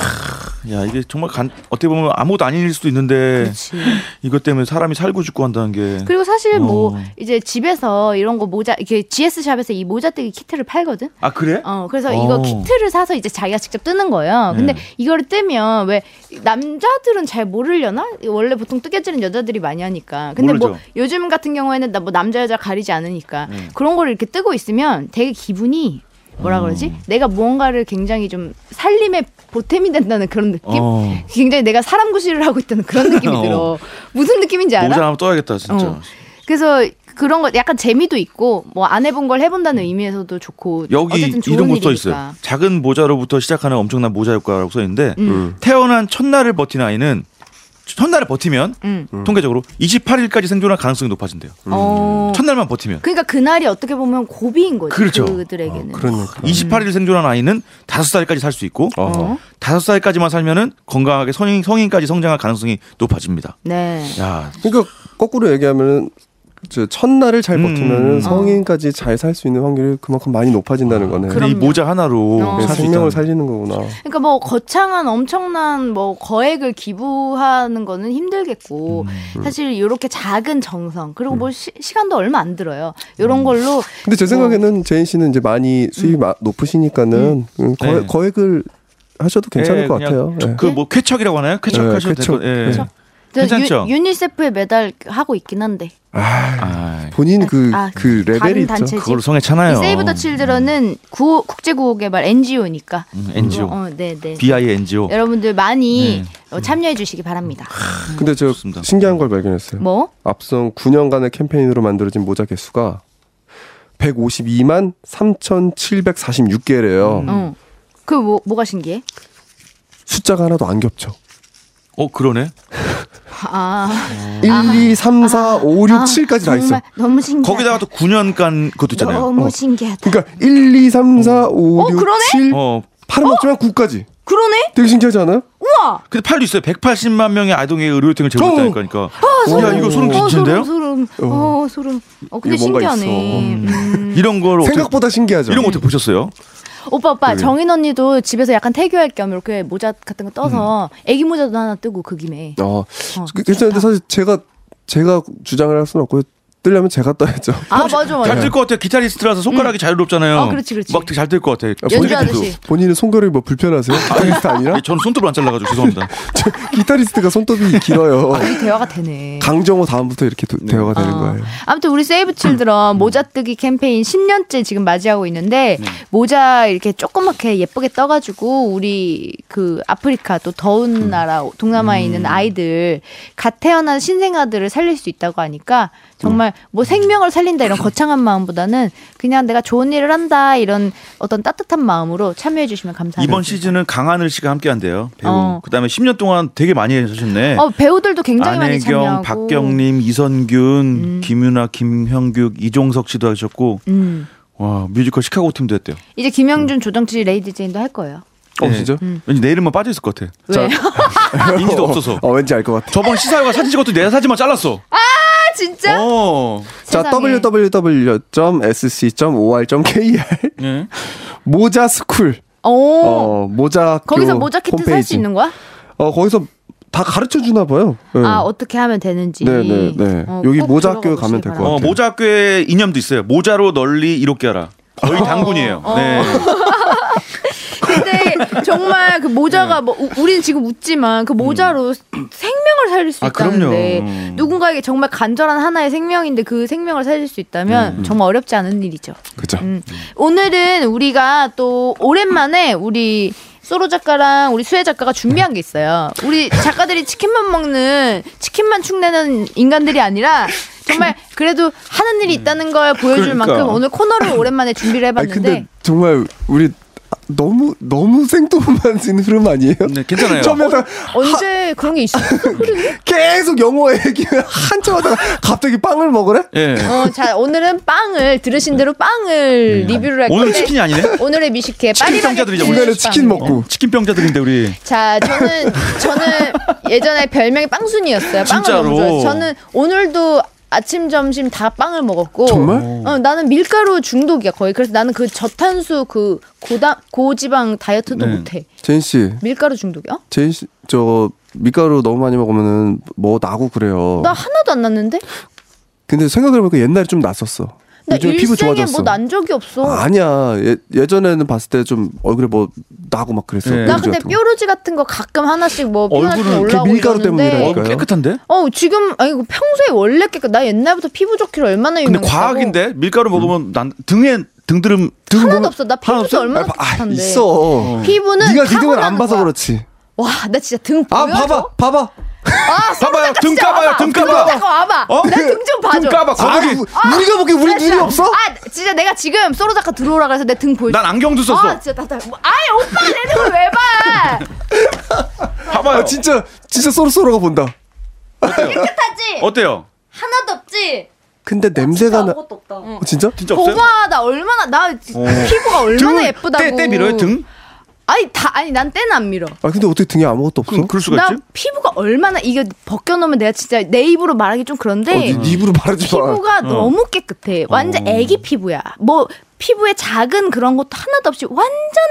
Speaker 3: 야, 이게 정말 간, 어떻게 보면 아무것도 아닐 수도 있는데
Speaker 1: 그렇지.
Speaker 3: 이것 때문에 사람이 살고 죽고 한다는 게.
Speaker 1: 그리고 사실 뭐
Speaker 3: 어.
Speaker 1: 이제 집에서 이런 거 모자 이렇게 GS 샵에서 이 모자뜨기 키트를 팔거든.
Speaker 3: 아, 그래?
Speaker 1: 어, 그래서
Speaker 3: 오.
Speaker 1: 이거 키트를 사서 이제 자기가 직접 뜨는 거예요. 근데
Speaker 3: 네.
Speaker 1: 이거를 뜨면 왜 남자들은 잘 모르려나? 원래 보통 뜨개질은 여자들이 많이 하니까. 근데 뭐
Speaker 3: 모르죠.
Speaker 1: 요즘 같은 경우에는 나 뭐 남자 여자 가리지 않으니까
Speaker 3: 네.
Speaker 1: 그런 거를 이렇게 뜨고 있으면 되게 기분이 뭐라 그러지?
Speaker 3: 음.
Speaker 1: 내가 무언가를 굉장히 좀 살림에 보탬이 된다는 그런 느낌?
Speaker 3: 어.
Speaker 1: 굉장히 내가 사람 구실을 하고 있다는 그런 느낌이
Speaker 3: 어.
Speaker 1: 들어. 무슨 느낌인지 알아?
Speaker 3: 모자 하나 떠야겠다, 진짜.
Speaker 1: 어. 그래서 그런 거 약간 재미도 있고 뭐 안 해본 걸 해본다는 의미에서도 좋고
Speaker 3: 여기
Speaker 1: 어쨌든 좋은
Speaker 3: 이런 거써
Speaker 1: 일이니까.
Speaker 3: 있어요. 작은 모자로부터 시작하는 엄청난 모자 효과라고 써 있는데
Speaker 1: 음.
Speaker 3: 태어난 첫날을 버틴 아이는 첫날을 버티면
Speaker 1: 음.
Speaker 3: 통계적으로 28일까지 생존할 가능성이 높아진대요.
Speaker 1: 어.
Speaker 3: 첫날만 버티면.
Speaker 1: 그러니까 그날이 어떻게 보면 고비인 거죠.
Speaker 3: 그렇죠.
Speaker 1: 들에게는
Speaker 2: 그러니까.
Speaker 3: 28일 생존한 아이는 5살까지 살 수 있고
Speaker 1: 어.
Speaker 3: 다섯 살까지만 살면은 건강하게 성인, 성인까지 성장할 가능성이 높아집니다.
Speaker 1: 네.
Speaker 3: 야,
Speaker 2: 그러니까 거꾸로 얘기하면 저 첫날을 잘
Speaker 3: 음.
Speaker 2: 버티면 성인까지 잘 살 수 있는 확률이 그만큼 많이 높아진다는 거네.
Speaker 3: 근데 이
Speaker 1: 그럼요.
Speaker 3: 모자 하나로
Speaker 1: 어.
Speaker 2: 네,
Speaker 3: 살수
Speaker 2: 생명을
Speaker 3: 있다는
Speaker 2: 살리는 거구나.
Speaker 1: 그러니까 뭐 거창한 엄청난 뭐 거액을 기부하는 거는 힘들겠고
Speaker 3: 음.
Speaker 1: 사실 이렇게 작은 정성 그리고 뭐 시, 간도 얼마 안 들어요.
Speaker 3: 음.
Speaker 1: 이런 걸로
Speaker 2: 근데
Speaker 3: 어.
Speaker 2: 제 생각에는 제인 씨는 이제 많이 수입이 마- 높으시니까는 음, 거,
Speaker 3: 네.
Speaker 2: 거액을 하셔도 괜찮을
Speaker 3: 예,
Speaker 2: 것
Speaker 3: 그냥
Speaker 2: 같아요. 예.
Speaker 3: 그뭐 쾌척이라고 하나요? 쾌척
Speaker 2: 네,
Speaker 3: 하셔도
Speaker 2: 쾌척.
Speaker 3: 될것 예.
Speaker 2: 쾌척.
Speaker 3: 괜찮죠?
Speaker 1: 유, 유니세프에 매달 하고 있긴 한데
Speaker 3: 아,
Speaker 2: 본인 그 그
Speaker 1: 아, 다른
Speaker 2: 레벨이 있죠.
Speaker 1: 단체지.
Speaker 3: 그걸로 성에 차나요?
Speaker 1: 이 세이브 더 칠드런은 구호, 국제 구호 개발 NGO니까.
Speaker 3: 음, NGO.
Speaker 1: 어, 네, 네.
Speaker 3: BI NGO.
Speaker 1: 여러분들 많이
Speaker 3: 네.
Speaker 1: 어, 참여해 주시기 바랍니다.
Speaker 2: 근데 저
Speaker 3: 좋습니다.
Speaker 2: 신기한 걸
Speaker 3: 음.
Speaker 2: 발견했어요.
Speaker 1: 뭐?
Speaker 2: 앞선 9년간의 캠페인으로 만들어진 모자 개수가 152만 3,746개래요.
Speaker 3: 음.
Speaker 1: 어. 그 뭐, 뭐가 신기해?
Speaker 2: 숫자가 하나도 안 겹쳐.
Speaker 3: 어 그러네.
Speaker 1: 아,
Speaker 2: 1, 2, 3, 4, 5, 6, 7까지 아, 다 있어.
Speaker 1: 정말 너무 신기해.
Speaker 3: 거기다가 또 9년간 그것도 있잖아요.
Speaker 1: 너무 신기하다.
Speaker 2: 그러니까 1, 2, 3, 4, 5,
Speaker 1: 어,
Speaker 2: 6,
Speaker 1: 그러네?
Speaker 2: 7,
Speaker 3: 어
Speaker 2: 8은 없지만 9까지.
Speaker 1: 그러네?
Speaker 2: 되게 신기하지 않아요?
Speaker 1: 우와!
Speaker 3: 근데 팔도 있어요. 180만 명의 아동의 의료요청을 제공했다는 거니까. 야 이거
Speaker 1: 어, 소름,
Speaker 3: 소름 끼친데요?
Speaker 1: 소름. 어, 소름. 어, 근데
Speaker 2: 이거 뭔가
Speaker 1: 신기하네.
Speaker 2: 있어.
Speaker 1: 음.
Speaker 3: 이런 걸 어떻게,
Speaker 2: 생각보다 신기하죠.
Speaker 3: 이런 거 어떻게 보셨어요?
Speaker 1: 오빠, 오빠, 정인 언니도 집에서 약간 태교할 겸 이렇게 모자 같은 거 떠서 애기 모자도 하나 뜨고 그 김에.
Speaker 2: 어,
Speaker 1: 어,
Speaker 2: 그- 괜찮은데 사실 제가 제가 주장을 할 수는 없고 뜨려면 제가 떠야죠.
Speaker 1: 아, 맞아,
Speaker 3: 잘
Speaker 1: 맞아.
Speaker 3: 들 것 같아. 기타리스트라서 손가락이 자유롭잖아요.
Speaker 1: 어, 그렇지, 그렇지.
Speaker 3: 막 잘 들 것 같아.
Speaker 1: 연주하듯이.
Speaker 3: 네.
Speaker 2: 본인은 손걸이 뭐 불편하세요? 기타리스트 아니라?
Speaker 3: 예, 저는 손톱을 안 잘라가지고 죄송합니다.
Speaker 2: 저 기타리스트가 손톱이 길어요.
Speaker 3: 아, 네.
Speaker 1: 이 대화가 되네.
Speaker 2: 강정호 다음부터 이렇게 도- 대화가 되는
Speaker 1: 어.
Speaker 2: 거예요.
Speaker 1: 아무튼 우리 세이브
Speaker 3: 음.
Speaker 1: 칠드런 모자뜨기 캠페인 10년째 지금 맞이하고 있는데
Speaker 3: 네.
Speaker 1: 모자 이렇게 조그맣게 예쁘게 떠가지고 우리 그 아프리카 또
Speaker 3: 음.
Speaker 1: 더운 나라 동남아에 있는 아이들 갓 태어난 신생아들을 살릴 수 있다고 하니까 정말
Speaker 3: 음.
Speaker 1: 뭐 생명을 살린다 이런 거창한 마음보다는 그냥 내가 좋은 일을 한다 이런 어떤 따뜻한 마음으로 참여해 주시면 감사합니다.
Speaker 3: 이번 시즌은 강하늘 씨가 함께한대요. 배우.
Speaker 1: 어.
Speaker 3: 그다음에 10년 동안 되게 많이 하셨네.
Speaker 1: 어, 배우들도 굉장히 많이
Speaker 3: 안혜경,
Speaker 1: 참여하고
Speaker 3: 박경림, 이선균, 김윤아, 김형규, 이종석 씨도 하셨고
Speaker 1: 음.
Speaker 3: 와 뮤지컬 시카고 팀도 했대요.
Speaker 1: 이제
Speaker 3: 음.
Speaker 1: 김영준 조정치 레이디 제인도 할 거예요.
Speaker 2: 어,
Speaker 3: 예.
Speaker 2: 진짜?
Speaker 1: 음.
Speaker 3: 왠지 내 이름만 빠져 있을 것 같아.
Speaker 1: 왜?
Speaker 3: 인지도 없어서.
Speaker 2: 어, 왠지 알 것 같아.
Speaker 3: 저번 시사회가 사진 찍었더니 내 사진만 잘랐어.
Speaker 1: 아 진짜?
Speaker 3: 어.
Speaker 2: 자,
Speaker 1: 세상에.
Speaker 2: www.sc.or.kr
Speaker 3: 예.
Speaker 2: 모자 스쿨.
Speaker 1: 오.
Speaker 2: 어, 모자
Speaker 1: 거기서
Speaker 2: 교
Speaker 1: 모자 키트 살
Speaker 2: 홈페이지.
Speaker 1: 수 있는 거야?
Speaker 2: 어, 거기서 다 가르쳐 주나 봐요. 예.
Speaker 1: 아 어떻게 하면 되는지.
Speaker 2: 네, 네, 네.
Speaker 1: 어,
Speaker 2: 여기
Speaker 1: 꼭
Speaker 2: 모자
Speaker 1: 들어가
Speaker 2: 학교에 가면
Speaker 1: 보시기
Speaker 2: 될것
Speaker 1: 바랍니다.
Speaker 3: 어,
Speaker 2: 같아요.
Speaker 3: 모자 학교의
Speaker 1: 어.
Speaker 3: 이념도 있어요. 모자로 널리 이롭게 하라. 거의 당군이에요. 네.
Speaker 1: 근데 정말 그
Speaker 2: 네.
Speaker 1: 모자가 뭐 우- 우리는 지금 웃지만 그 모자로
Speaker 2: 음.
Speaker 1: 생명을 살릴 수
Speaker 3: 아, 그럼요.
Speaker 1: 있다는데
Speaker 3: 음.
Speaker 1: 누군가에게 정말 간절한 하나의 생명인데 그 생명을 살릴 수
Speaker 2: 음.
Speaker 1: 있다면 정말 어렵지 않은 일이죠.
Speaker 5: 그죠.
Speaker 1: 음. 오늘은 우리가 또 오랜만에 우리 소로 작가랑 우리 수혜 작가가 준비한 게 있어요. 우리 작가들이 치킨만 먹는 치킨만 축내는 인간들이 아니라 정말 그래도 하는 일이 있다는 걸 보여줄
Speaker 3: 그러니까.
Speaker 1: 만큼 오늘 코너를 오랜만에 준비를
Speaker 2: 아니
Speaker 1: 해봤는데
Speaker 2: 근데 정말 우리 너무 너무 생뚱맞은 흐름 아니에요?
Speaker 3: 네, 괜찮아요.
Speaker 2: 처음에 다
Speaker 1: 언제 그런 게 있어?
Speaker 2: 계속 영어 얘기를 한참 하다가 갑자기 빵을 먹으래?
Speaker 3: 예.
Speaker 1: 어, 자 오늘은 빵을 들으신 대로 빵을
Speaker 2: 음.
Speaker 1: 리뷰를 할
Speaker 3: 오늘
Speaker 1: 건데
Speaker 3: 치킨이 아니네.
Speaker 1: 오늘의 미식회
Speaker 3: 치킨
Speaker 1: 파리바게뜨
Speaker 3: 성자들이죠.
Speaker 2: 중간에 치킨
Speaker 1: 빵.
Speaker 2: 먹고
Speaker 3: 치킨병자들인데 우리.
Speaker 1: 자, 저는 저는 예전에 별명이 빵순이었어요. 빵을
Speaker 3: 진짜로?
Speaker 1: 너무 좋아해서 저는 오늘도 아침 점심 다 빵을 먹었고
Speaker 2: 정말?
Speaker 1: 어, 나는 밀가루 중독이야 거의. 그래서 나는 그 저탄수 그 고다 고지방 다이어트도
Speaker 3: 네.
Speaker 1: 못해.
Speaker 2: 제인 씨,
Speaker 1: 밀가루 중독이야?
Speaker 2: 제인 씨저 밀가루 너무 많이 먹으면은 뭐 나고 그래요.
Speaker 1: 나 하나도 안 났는데?
Speaker 2: 근데 생각해보니까 옛날에 좀 났었어.
Speaker 1: 나
Speaker 2: 요즘에 피부
Speaker 1: 일생에
Speaker 2: 좋아졌어.
Speaker 1: 뭐 난 적이 없어.
Speaker 2: 아니야 예, 예전에는 봤을 때 좀 얼굴에 뭐 나고 막 그랬어.
Speaker 3: 네.
Speaker 1: 나
Speaker 2: 뾰루지
Speaker 1: 근데
Speaker 2: 같은 거.
Speaker 1: 뾰루지 같은 거 가끔 하나씩 뭐
Speaker 3: 얼굴은
Speaker 1: 피부나서
Speaker 3: 그
Speaker 1: 올라오고
Speaker 2: 밀가루
Speaker 1: 이러는데
Speaker 2: 때문이라니까.
Speaker 3: 어,
Speaker 2: 그러니까요.
Speaker 3: 깨끗한데?
Speaker 1: 어 지금 아니 이거 평소에 원래 깨끗 나 옛날부터 피부 좋기를 얼마나
Speaker 3: 근데
Speaker 1: 유명했다고
Speaker 3: 과학인데 밀가루 먹으면 난 등에 등드름
Speaker 2: 음,
Speaker 3: 등
Speaker 1: 하나도
Speaker 3: 보면-
Speaker 1: 없어 나
Speaker 3: 하나
Speaker 1: 피부도
Speaker 3: 없어?
Speaker 1: 얼마나
Speaker 2: 아, 아,
Speaker 1: 깨끗한데
Speaker 2: 있어.
Speaker 1: 피부는
Speaker 2: 네가 기둥을 안
Speaker 1: 타고나는
Speaker 2: 봐서
Speaker 1: 거야.
Speaker 2: 그렇지.
Speaker 1: 와 나 진짜 등 보여?
Speaker 2: 아 봐봐 봐봐.
Speaker 1: 아,
Speaker 3: 봐봐요.
Speaker 1: 손
Speaker 3: 등
Speaker 1: 진짜
Speaker 3: 까봐요.
Speaker 1: 와봐.
Speaker 3: 등
Speaker 1: 손
Speaker 3: 까봐.
Speaker 1: 잠깐 와봐.
Speaker 3: 어?
Speaker 1: 나 등 좀 봐줘.
Speaker 3: 등 까봐.
Speaker 2: 아니,
Speaker 3: 거북이.
Speaker 2: 우- 우리가 보기에 우리
Speaker 1: 나
Speaker 2: 눈이
Speaker 1: 진짜-
Speaker 2: 없어?
Speaker 1: 아 진짜 내가 지금 소로 작가 들어오라고 해서 내 등 보여줘.
Speaker 3: 난 안경도
Speaker 1: 아
Speaker 3: 썼어.
Speaker 1: 진짜 나, 나, 뭐, 아이 오빠 내 등을 왜 봐?
Speaker 3: 봐봐요.
Speaker 2: 아 진짜 진짜 쏘로쏘로가 본다.
Speaker 1: 깨끗하지?
Speaker 3: 어때요?
Speaker 1: 하나도 없지?
Speaker 2: 근데 냄새가 나.
Speaker 6: 아무것도 없다.
Speaker 2: 어, 진짜?
Speaker 3: 진짜 없어요?
Speaker 1: 봐봐 나 얼마나
Speaker 2: 어.
Speaker 1: 나 피부가 얼마나
Speaker 3: 등은
Speaker 1: 예쁘다고.
Speaker 3: 때, 때 밀어요 등?
Speaker 1: 아니 다 아니 난 때는 안 밀어.
Speaker 2: 아 근데 어떻게 등에 아무것도 없어?
Speaker 3: 그럼 그럴 수가
Speaker 1: 나
Speaker 3: 있지?
Speaker 1: 피부가 얼마나 이거 벗겨놓으면 내가 진짜 내 입으로 말하기 좀
Speaker 2: 어,
Speaker 1: 그런데
Speaker 2: 네 입으로 말하지 마.
Speaker 1: 피부가 뭐 너무 깨끗해.
Speaker 2: 어.
Speaker 1: 완전 애기 피부야. 뭐 피부에 작은 그런 것도 하나도 없이 완전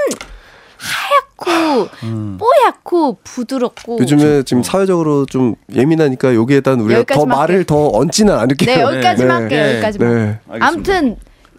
Speaker 1: 하얗고 뽀얗고 부드럽고.
Speaker 2: 음. 요즘에 지금 사회적으로 좀 예민하니까 여기에 대한 우리가 더
Speaker 1: 여기까지만
Speaker 2: 말을
Speaker 1: 할게요.
Speaker 2: 더 얹지는 않을게요.
Speaker 1: 네 여기까지만
Speaker 2: 네.
Speaker 1: 할게요.
Speaker 3: 네.
Speaker 1: 여기까지만.
Speaker 2: 네.
Speaker 3: 알겠습니다.
Speaker 1: 아무튼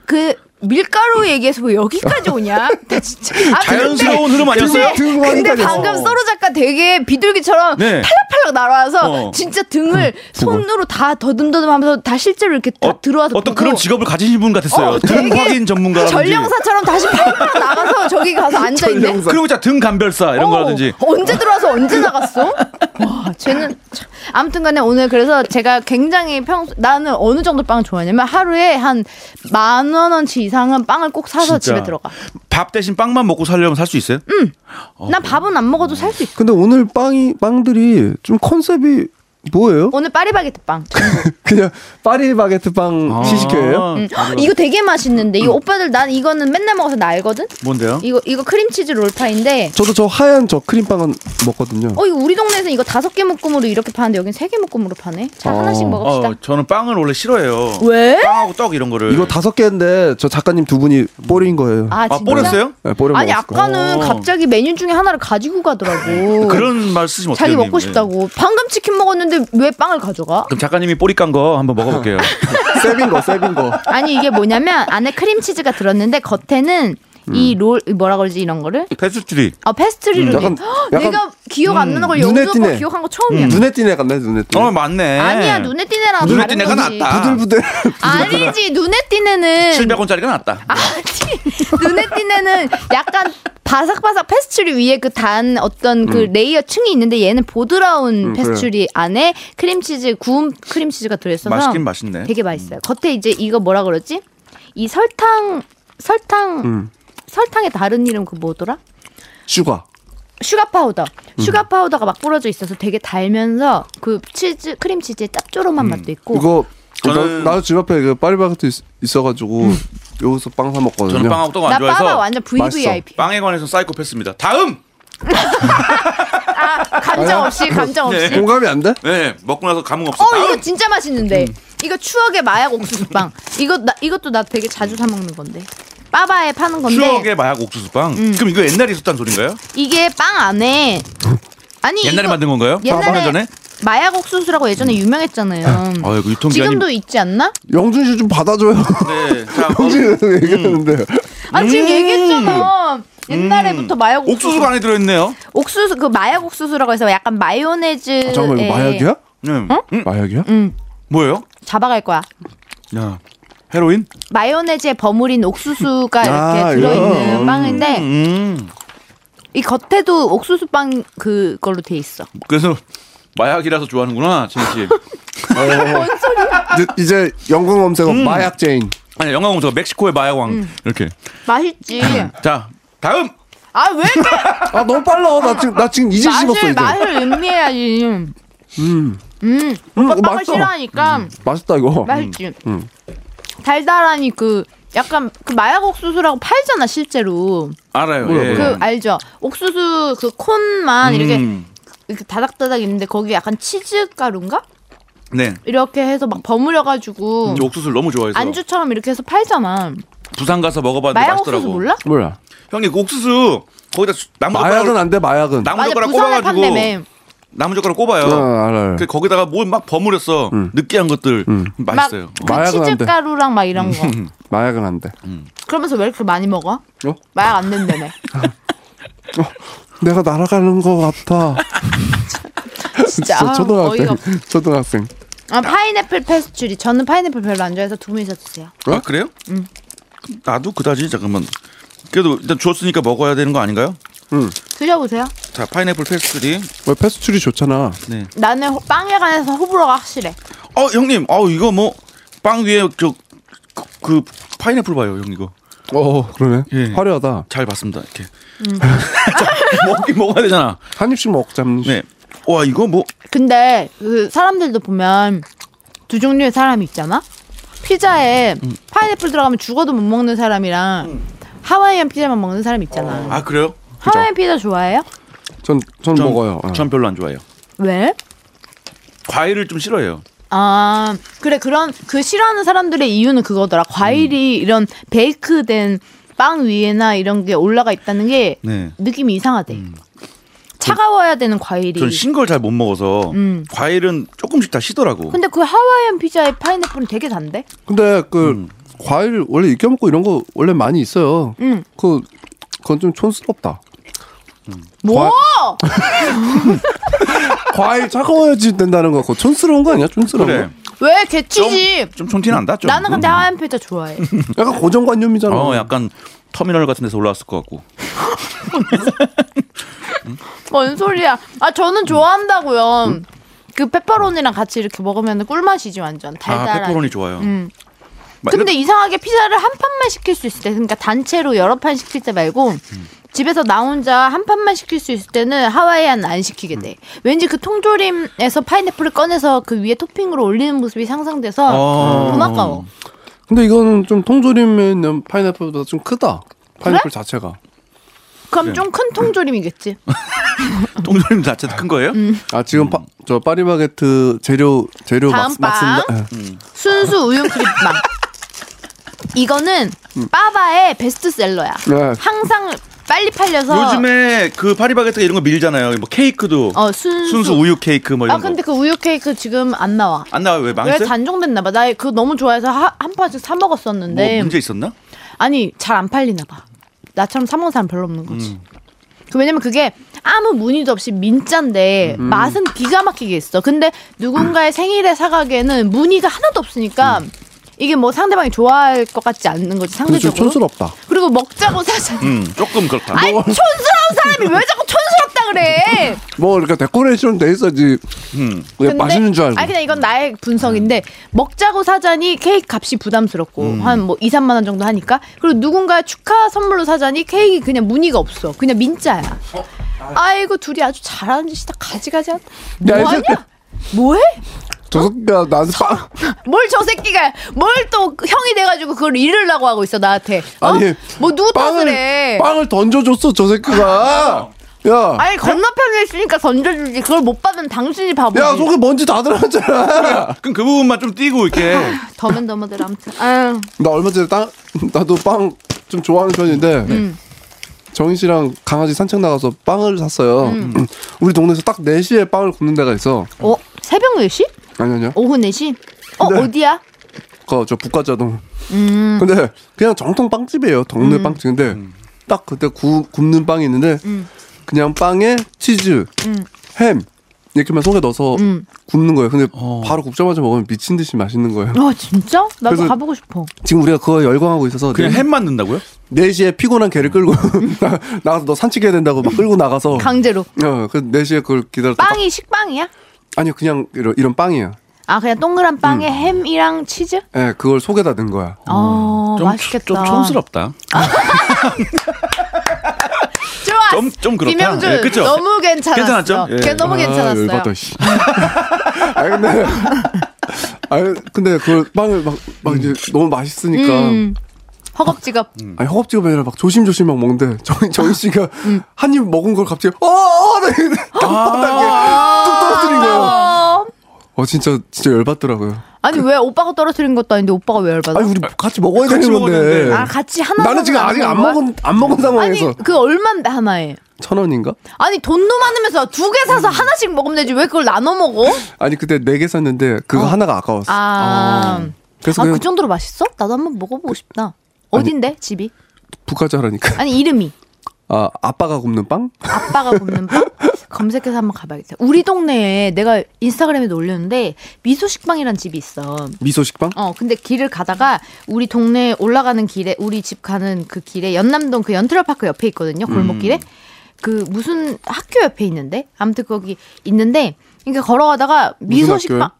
Speaker 1: 그 밀가루 얘기해서 왜 여기까지 오냐? 나 진짜. 아,
Speaker 3: 자연스러운 네. 흐름 아니었어요?
Speaker 2: 등
Speaker 1: 근데, 근데
Speaker 2: 화니까
Speaker 1: 방금 서로 작가 되게 비둘기처럼
Speaker 3: 네.
Speaker 1: 팔락팔락 날아와서
Speaker 3: 어.
Speaker 1: 진짜 등을 손으로 다 더듬더듬하면서 다 실제로 이렇게 다
Speaker 3: 어,
Speaker 1: 들어와서 보고
Speaker 3: 어떤 그런 직업을 가지신 분 같았어요.
Speaker 1: 어,
Speaker 3: 등
Speaker 1: 되게
Speaker 3: 확인 전문가라든지.
Speaker 1: 전령사처럼 다시 팔팔 나가서 저기 가서 앉아 있네. 어,
Speaker 3: 그리고 자 등 감별사 이런 거라든지.
Speaker 1: 언제 들어와서 언제 나갔어? 와, 쟤는 참. 아무튼간에 오늘 그래서 제가 굉장히 평소 나는 어느 정도 빵을 좋아하냐면 하루에 한 만 원원치 이상은 빵을 꼭 사서
Speaker 3: 진짜.
Speaker 1: 집에 들어가.
Speaker 3: 밥 대신 빵만 먹고 살려면 살 수 있어요?
Speaker 1: 음. 난 밥은 안 먹어도 살 수 있어.
Speaker 2: 근데 오늘 빵이 빵들이 좀 컨셉이 뭐예요?
Speaker 1: 오늘 파리바게뜨 빵.
Speaker 2: 그냥 파리바게트 빵
Speaker 3: 아.
Speaker 2: 시식회예요?
Speaker 1: 음. 이거 되게 맛있는데
Speaker 3: 음.
Speaker 1: 이거 오빠들 난 이거는 맨날 먹어서 나 알거든.
Speaker 3: 뭔데요?
Speaker 1: 이거 이거 크림치즈 롤파인데
Speaker 2: 저도 저 하얀 저 크림빵은 먹거든요.
Speaker 1: 어 이거 우리 동네에서는 이거 다섯 개 묶음으로 이렇게 파는데 여긴 세 개 묶음으로 파네. 자 하나씩 먹읍시다.
Speaker 3: 어, 저는 빵을 원래 싫어해요.
Speaker 1: 왜?
Speaker 3: 빵하고 떡 이런 거를.
Speaker 2: 네. 이거 다섯 개인데 저 작가님 두 분이 뿌린 거예요.
Speaker 1: 아,
Speaker 3: 아,
Speaker 1: 진짜?
Speaker 3: 뽀렸어요?
Speaker 2: 네, 뿌려
Speaker 1: 아니
Speaker 2: 먹었을 거예요.
Speaker 1: 아까는
Speaker 3: 어.
Speaker 1: 갑자기 메뉴 중에 하나를 가지고 가더라고.
Speaker 3: 그런 말 쓰시면 어때요?
Speaker 1: 어. 자기 먹고
Speaker 3: 형님?
Speaker 1: 싶다고. 방금 치킨 먹었는데 왜 빵을 가져가?
Speaker 3: 그럼 작가님이 뿌리 깐 거 한번 먹어볼게요.
Speaker 2: 셉인 거, 셉인 거.
Speaker 1: 아니 이게 뭐냐면 안에 크림치즈가 들었는데 겉에는
Speaker 3: 음.
Speaker 1: 이 롤 뭐라 그러지 이런 거를?
Speaker 3: 패스트리.
Speaker 1: 아 페스트리로.
Speaker 2: 음, 약간-
Speaker 1: 돼. 헉,
Speaker 2: 약간 음,
Speaker 1: 내가 기억 안 나는 걸
Speaker 2: 눈에
Speaker 1: 영주 오빠
Speaker 2: 띄네.
Speaker 1: 기억한 거 처음이야.
Speaker 2: 눈에 띄네 같네, 눈에 띄네.
Speaker 3: 어 맞네.
Speaker 1: 아니야 눈에 띄네랑
Speaker 3: 눈에
Speaker 1: 다른
Speaker 3: 띄네가
Speaker 1: 거지.
Speaker 3: 낫다.
Speaker 2: 부들부들.
Speaker 1: 아니지 눈에 띄네는
Speaker 3: 700원짜리가 낫다.
Speaker 1: 아니 눈에 띄네는 약간 바삭바삭 페스츄리 위에 그 단 어떤
Speaker 3: 음.
Speaker 1: 그 레이어 층이 있는데 얘는 보드라운
Speaker 2: 음,
Speaker 1: 페스츄리 안에 크림치즈 구운 크림치즈가 들어있어서
Speaker 3: 맛있긴 맛있네. 음.
Speaker 1: 되게 맛있어요. 겉에 이제 이거 뭐라 그러지? 이 설탕 설탕
Speaker 2: 음.
Speaker 1: 설탕의 다른 이름 그 뭐더라?
Speaker 2: 슈가.
Speaker 1: 슈가 파우더.
Speaker 3: 음.
Speaker 1: 슈가 파우더가 막 뿌려져 있어서 되게 달면서 그 치즈 크림 치즈의 짭조름한
Speaker 3: 음.
Speaker 1: 맛도 있고.
Speaker 2: 이거
Speaker 3: 저는-
Speaker 2: 나, 도집 앞에 그 파리바게트 있, 어가지고 여기서 빵 사 먹거든요.
Speaker 3: 저는 빵하고 떡 안
Speaker 1: 나 빠바
Speaker 3: 좋아해서
Speaker 1: 완전 VVIP.
Speaker 3: 빵에 관해서 사이코패스입니다. 다음.
Speaker 1: 아 감정 없이 감정 없이.
Speaker 2: 공감이 안 돼?
Speaker 3: 네 먹고 나서 감흥 없어.
Speaker 1: 어 이거
Speaker 3: 다음.
Speaker 1: 진짜 맛있는데 이거 추억의 마약 옥수수빵 이거 나 이것도 나 되게 자주 사 먹는 건데 빠바에 파는 건데 음.
Speaker 3: 추억의 마약 옥수수빵. 그럼 이거 옛날에 있었다는 소린가요?
Speaker 1: 이게 빵 안에 아니
Speaker 3: 옛날에
Speaker 1: 이거
Speaker 3: 만든 건가요?
Speaker 1: 옛날에
Speaker 3: 4년 전에?
Speaker 1: 마약 옥수수라고 예전에 유명했잖아요.
Speaker 3: 아, 이거 유통기한이-
Speaker 1: 지금도 있지 않나?
Speaker 2: 영준 씨 좀 받아줘요.
Speaker 3: 네. 자,
Speaker 2: 음. 영준 얘기하는데.
Speaker 1: 아 지금 얘기했잖아. 옛날에부터 마약
Speaker 3: 음. 옥수수가 안에 들어있네요.
Speaker 1: 옥수수 그 마약 옥수수라고 해서 약간 마요네즈.
Speaker 2: 아, 잠깐만 이거 마약이야?
Speaker 3: 네.
Speaker 1: 어?
Speaker 3: 음,
Speaker 2: 마약이야?
Speaker 3: 뭐예요?
Speaker 1: 잡아갈 거야.
Speaker 3: 야, 헤로인?
Speaker 1: 마요네즈에 버무린 옥수수가 이렇게
Speaker 2: 아,
Speaker 1: 들어있는
Speaker 2: 이거.
Speaker 1: 빵인데
Speaker 3: 음.
Speaker 1: 이 겉에도 옥수수 빵 그걸로 돼 있어.
Speaker 3: 그래서 마약이라서 좋아하는구나, 진희 씨.
Speaker 2: 이제- 이제 영국 검색어 마약 제인.
Speaker 3: 아니, 영화 공저 멕시코의 마약왕.
Speaker 1: 음.
Speaker 3: 이렇게.
Speaker 1: 맛있지.
Speaker 2: 음.
Speaker 3: 자, 다음.
Speaker 1: 아 왜 이렇게
Speaker 2: 아 너무 빨라. 나 지금 나 지금 이제 씹었어
Speaker 1: 맛을
Speaker 2: 이제.
Speaker 1: 맛을 음미해야지. 음. 음.
Speaker 2: 음,
Speaker 1: 오빠
Speaker 2: 이거
Speaker 1: 빵을
Speaker 2: 맛있어.
Speaker 1: 싫어하니까
Speaker 2: 맛있다 이거.
Speaker 1: 맛있지.
Speaker 2: 음.
Speaker 1: 달달하니 그 약간 그 마약 옥수수라고 팔잖아 실제로.
Speaker 3: 알아요.
Speaker 2: 뭐야,
Speaker 3: 예.
Speaker 2: 뭐야.
Speaker 1: 그 알죠? 옥수수 그 콘만 이렇게
Speaker 3: 음.
Speaker 1: 이렇게 다닥다닥 있는데 거기 약간 치즈 가루인가?
Speaker 3: 네.
Speaker 1: 이렇게 해서 막 버무려 가지고
Speaker 2: 음,
Speaker 3: 저 옥수수를 너무 좋아해서
Speaker 1: 음. 안주처럼 이렇게 해서 팔잖아.
Speaker 3: 부산 가서 먹어봤는데
Speaker 1: 마약
Speaker 3: 맛있더라고.
Speaker 1: 옥수수 몰라?
Speaker 2: 몰라.
Speaker 3: 형님 그 옥수수 거기다 수-
Speaker 2: 마약은
Speaker 3: 나무젓가락을
Speaker 2: 안 돼. 마약은.
Speaker 1: 맞아
Speaker 3: 나무젓가락
Speaker 1: 부산에
Speaker 3: 꼽아가지고
Speaker 1: 판매매.
Speaker 3: 나무젓가락 꼽아요. 음.
Speaker 2: 아, 알아, 알아.
Speaker 3: 그 거기다가 뭘 막 버무렸어 느끼한 것들 음, 맛있어요. 음.
Speaker 1: 막그
Speaker 2: 마약은 안
Speaker 1: 치즈
Speaker 2: 돼.
Speaker 1: 가루랑 막 이런 거.
Speaker 2: 마약은 안 돼.
Speaker 1: 그러면서 왜 이렇게 많이 먹어?
Speaker 2: 어?
Speaker 1: 마약 안 된다며.
Speaker 2: 내가 날아가는 것 같아.
Speaker 1: 진짜.
Speaker 2: 저-
Speaker 1: 아,
Speaker 2: 초등학생.
Speaker 1: 어이가 없어.
Speaker 2: 초등학생.
Speaker 1: 아, 파인애플 페스츄리. 저는 파인애플 별로 안 좋아해서 두 분이서 드세요.
Speaker 3: 아 그래요?
Speaker 1: 음.
Speaker 3: 나도 그다지 잠깐만. 그래도 일단 줬으니까 먹어야 되는 거 아닌가요?
Speaker 1: 드셔보세요.
Speaker 3: 자 파인애플 페스트리.
Speaker 2: 왜 패스츄리 좋잖아.
Speaker 3: 네.
Speaker 1: 나는 호- 빵에 관해서 호불호가 확실해.
Speaker 3: 어 형님, 어 이거 뭐 빵 위에 저 그 파인애플 봐요, 형 이거.
Speaker 2: 어 그러네.
Speaker 3: 예.
Speaker 2: 화려하다.
Speaker 3: 잘 봤습니다. 이렇게.
Speaker 1: 음.
Speaker 3: 자, 먹긴 먹어야 되잖아.
Speaker 2: 한 입씩 먹자. 한 입씩.
Speaker 3: 네. 와 이거 뭐
Speaker 1: 근데 그 사람들도 보면 두 종류의 사람이 있잖아. 피자에
Speaker 3: 음.
Speaker 1: 파인애플 들어가면 죽어도 못 먹는 사람이랑 하와이안 피자만 먹는 사람 있잖아.
Speaker 3: 아 그래요?
Speaker 1: 하와이안 피자 좋아해요?
Speaker 2: 전, 전
Speaker 3: 전-
Speaker 2: 먹어요. 어.
Speaker 3: 전 별로 안 좋아해요.
Speaker 1: 왜?
Speaker 3: 과일을 좀 싫어해요.
Speaker 1: 아 그래 그런 그 싫어하는 사람들의 이유는 그거더라.
Speaker 3: 음.
Speaker 1: 과일이 이런 베이크된 빵 위에나 이런 게 올라가 있다는 게
Speaker 3: 네.
Speaker 1: 느낌이 이상하대. 차가워야 되는 과일이.
Speaker 3: 전 신 걸 잘 못 먹어서
Speaker 1: 네. 음.
Speaker 3: 과일은 조금씩 다 시더라고.
Speaker 1: 근데 그 하와이안 피자에 파인애플은 되게 단데?
Speaker 2: 근데 그
Speaker 3: 음.
Speaker 2: 과일 원래 익혀 먹고 이런 거 원래 많이 있어요.
Speaker 1: 응.
Speaker 2: 그 그건 좀 촌스럽다.
Speaker 1: 뭐?
Speaker 2: 과일 차가워야지 된다는 거 그거 촌스러운 거 아니야? 촌스러운
Speaker 3: 그래.
Speaker 1: 왜 개치지?
Speaker 3: 좀 촌티 난다. 좀.
Speaker 1: 나는 근데 하와이안 피자 좋아해.
Speaker 2: 거. 약간 고정관념이잖아.
Speaker 3: 어 약간 터미널 같은 데서 올라왔을 것 같고.
Speaker 1: 뭔 소리야? 아 저는 좋아한다고요.
Speaker 3: 음.
Speaker 1: 그 페퍼로니랑 같이 이렇게 먹으면 꿀맛이지 완전
Speaker 3: 아
Speaker 1: 달달한.
Speaker 3: 페퍼로니 좋아요.
Speaker 1: 음.
Speaker 3: 막
Speaker 1: 근데 이상하게 피자를 한 판만 시킬 수 있을 때, 그러니까 단체로 여러 판 시킬 때 말고
Speaker 3: 음.
Speaker 1: 집에서 나 혼자 한 판만 시킬 수 있을 때는 하와이안 안 시키게 돼.
Speaker 3: 음.
Speaker 1: 왠지 그 통조림에서 파인애플을 꺼내서 그 위에 토핑으로 올리는 모습이 상상돼서 음,
Speaker 3: 어.
Speaker 1: 돈 아까워.
Speaker 2: 근데 이거는 좀 통조림에 있는 파인애플보다 좀 크다. 파인애플 자체가.
Speaker 1: 그럼 좀 큰 통조림이겠지.
Speaker 3: 이런 동조림 자체도 큰 거예요?
Speaker 1: 음.
Speaker 2: 아 지금 파, 저 파리바게트 재료 재료
Speaker 1: 다음
Speaker 2: 막, 막 쓴다.
Speaker 1: 빵.
Speaker 2: 예.
Speaker 1: 순수 우유 크림빵. 이거는
Speaker 3: 음.
Speaker 1: 빠바의 베스트셀러야.
Speaker 2: 네.
Speaker 1: 항상 빨리 팔려서
Speaker 3: 요즘에 그 파리바게트가 이런 거 밀잖아요. 뭐 케이크도
Speaker 1: 어 순수.
Speaker 3: 순수 우유 케이크 뭐 이런
Speaker 1: 아 근데 그 우유 케이크 지금 안 나와.
Speaker 3: 거 안 나와 왜
Speaker 1: 왜
Speaker 3: 망했어? 요
Speaker 1: 단종됐나 봐. 나 그거 너무 좋아해서 하- 한 판씩 사
Speaker 3: 뭐
Speaker 1: 먹었었는데
Speaker 3: 문제 있었나?
Speaker 1: 아니 잘 안 팔리나 봐. 나처럼 사 먹는 사람 별로 없는 거지.
Speaker 2: 음.
Speaker 1: 그 왜냐면 그게 아무 무늬도 없이 민짠데
Speaker 2: 음,
Speaker 1: 맛은 기가 막히게 있어. 근데 누군가의 생일에 사가기에는 무늬가 하나도 없으니까 이게 뭐 상대방이 좋아할 것 같지 않는 거지
Speaker 2: 음. 근데 좀
Speaker 1: 상대적으로.
Speaker 2: 촌스럽다.
Speaker 1: 그리고 먹자고 사자.
Speaker 3: 음 조금 그렇다.
Speaker 1: 아니 촌스러운 사람이 왜 자꾸 촌스럽다 그래?
Speaker 2: 뭐 그러니까 데코레이션 돼 있어야지. 그냥 맛있는 줄 알고. 음.
Speaker 1: 아니 그냥 이건 나의 분석인데 먹자고 사자니 케이크 값이 부담스럽고 한 뭐 2, 3만 원 정도 하니까 그리고 누군가 축하 선물로 사자니 케이크 그냥 무늬가 없어. 그냥 민자야.
Speaker 2: 어?
Speaker 1: 아이고 둘이 아주 잘하는 짓이다 가지가지한.
Speaker 2: 야,
Speaker 1: 뭐
Speaker 2: 이제-
Speaker 1: 하냐? 뭐해?
Speaker 2: 저
Speaker 1: 어?
Speaker 2: 새끼가 나한테 빵
Speaker 1: 뭘 저 새끼가 뭘 또 형이 돼가지고 그걸 잃으려고 하고 있어 나한테. 어?
Speaker 2: 아니
Speaker 1: 뭐 누구 탓을 해? 아,
Speaker 2: 빵을 빵을 던져줬어 저 새끼가. 야.
Speaker 1: 아니 건너편에 있으니까 던져주지 그걸 못 받으면 당신이 바보지.
Speaker 2: 야 속에 먼지 다 들어갔잖아.
Speaker 3: 그럼 그 부분만 좀 띄고 이렇게
Speaker 1: 아. 더맨더머들 아무튼. 아유.
Speaker 2: 나 얼마 전에 땅 나도 빵 좀 좋아하는 편인데
Speaker 1: 음.
Speaker 2: 정인 씨랑 강아지 산책 나가서 빵을 샀어요.
Speaker 1: 음.
Speaker 2: 우리 동네에서 딱 4시에 빵을 굽는 데가 있어.
Speaker 1: 어 새벽 4시?
Speaker 2: 아니 아니요.
Speaker 1: 오후 4시? 어
Speaker 2: 네.
Speaker 1: 어디야?
Speaker 2: 그, 저 북가자동.
Speaker 1: 음.
Speaker 2: 근데 그냥 정통 빵집이에요. 동네 빵집인데
Speaker 3: 음.
Speaker 2: 딱 그때 구, 굽는 빵이 있는데
Speaker 1: 음.
Speaker 2: 그냥 빵에 치즈, 햄 이렇게만 속에 넣어서
Speaker 1: 음.
Speaker 2: 굽는 거예요. 근데
Speaker 3: 어.
Speaker 2: 바로 굽자마자 먹으면 미친 듯이 맛있는 거예요.
Speaker 1: 아 진짜? 나도
Speaker 2: 그래서-
Speaker 1: 가보고 싶어.
Speaker 2: 지금 우리가 그거 열광하고 있어서
Speaker 3: 그냥 햄 만든다고요?
Speaker 2: 4시에 피곤한 개를 끌고 나- 나가서 너 산책해야 된다고 막 끌고 나가서
Speaker 1: 강제로.
Speaker 2: 어, 그 4시에 그걸 기다렸다.
Speaker 1: 빵이 식빵이야?
Speaker 2: 아니요, 그냥 이런, 이런 빵이에요.
Speaker 1: 아 그냥 동그란 빵에 햄이랑 치즈?
Speaker 2: 예, 그걸 속에다 넣은 거야.
Speaker 1: 어
Speaker 3: 음. 좀,
Speaker 1: 맛있겠다.
Speaker 3: 좀 촌스럽다.
Speaker 1: 좋아.
Speaker 3: 좀- 좀 그렇다.
Speaker 1: 김영준
Speaker 3: 예, 그쵸?
Speaker 1: 너무 괜찮았어.
Speaker 3: 괜찮았죠? 예.
Speaker 1: 걔 너무
Speaker 2: 아,
Speaker 1: 괜찮았어요.
Speaker 2: 열받다, 씨. 아, 근데. 아, 근데 그걸 빵을 막, 막 이제 너무 맛있으니까. 음.
Speaker 1: 음. 허겁지겁.
Speaker 2: 아니, 허겁지겁 아니라 막 조심조심 막 먹는데, 정, 정희
Speaker 1: 음.
Speaker 2: 씨가 한 입 먹은 걸 갑자기, 어, 어! 나 이렇게
Speaker 1: 아.
Speaker 2: 깜빡하게 뚝 떨어뜨린 거예요.
Speaker 1: 어.
Speaker 2: 어, 진짜, 진짜 열받더라고요.
Speaker 1: 아니 왜 오빠가 떨어뜨린 것도 아닌데 오빠가 왜 열받아?
Speaker 2: 아니, 우리 같이 먹어야
Speaker 3: 같이
Speaker 2: 되는 건데.
Speaker 3: 먹었는데.
Speaker 1: 아 같이 하나.
Speaker 2: 나는 지금 아직 안 먹은, 안 먹은
Speaker 1: 아니
Speaker 2: 상황에서.
Speaker 1: 그 얼마인데 하나에?
Speaker 2: 천 원인가?
Speaker 1: 아니 돈도 많으면서 두 개 사서 하나씩 먹으면 되지 왜 그걸 나눠 먹어?
Speaker 2: 아니, 그때 네 개 샀는데, 그거 하나가 아까웠어.
Speaker 1: 아.
Speaker 2: 그래서
Speaker 1: 아,
Speaker 2: 그냥
Speaker 1: 그 정도로 맛있어? 나도 한번 먹어보고 싶다. 어딘데 집이?
Speaker 2: 북가자라니까.
Speaker 1: 아니 이름이
Speaker 2: 아, 아빠가 굽는 빵?
Speaker 1: 아빠가 굽는 빵 검색해서 한번 가봐야겠다. 우리 동네에 내가 인스타그램에도 올렸는데 미소식빵이란 집이 있어.
Speaker 2: 미소식빵?
Speaker 1: 어 근데 길을 가다가 우리 동네 올라가는 길에 우리 집 가는 그 길에 연남동 그 연트럴파크 옆에 있거든요 골목길에 그 무슨 학교 옆에 있는데 아무튼 거기 있는데 이렇게 걸어가다가 미소식빵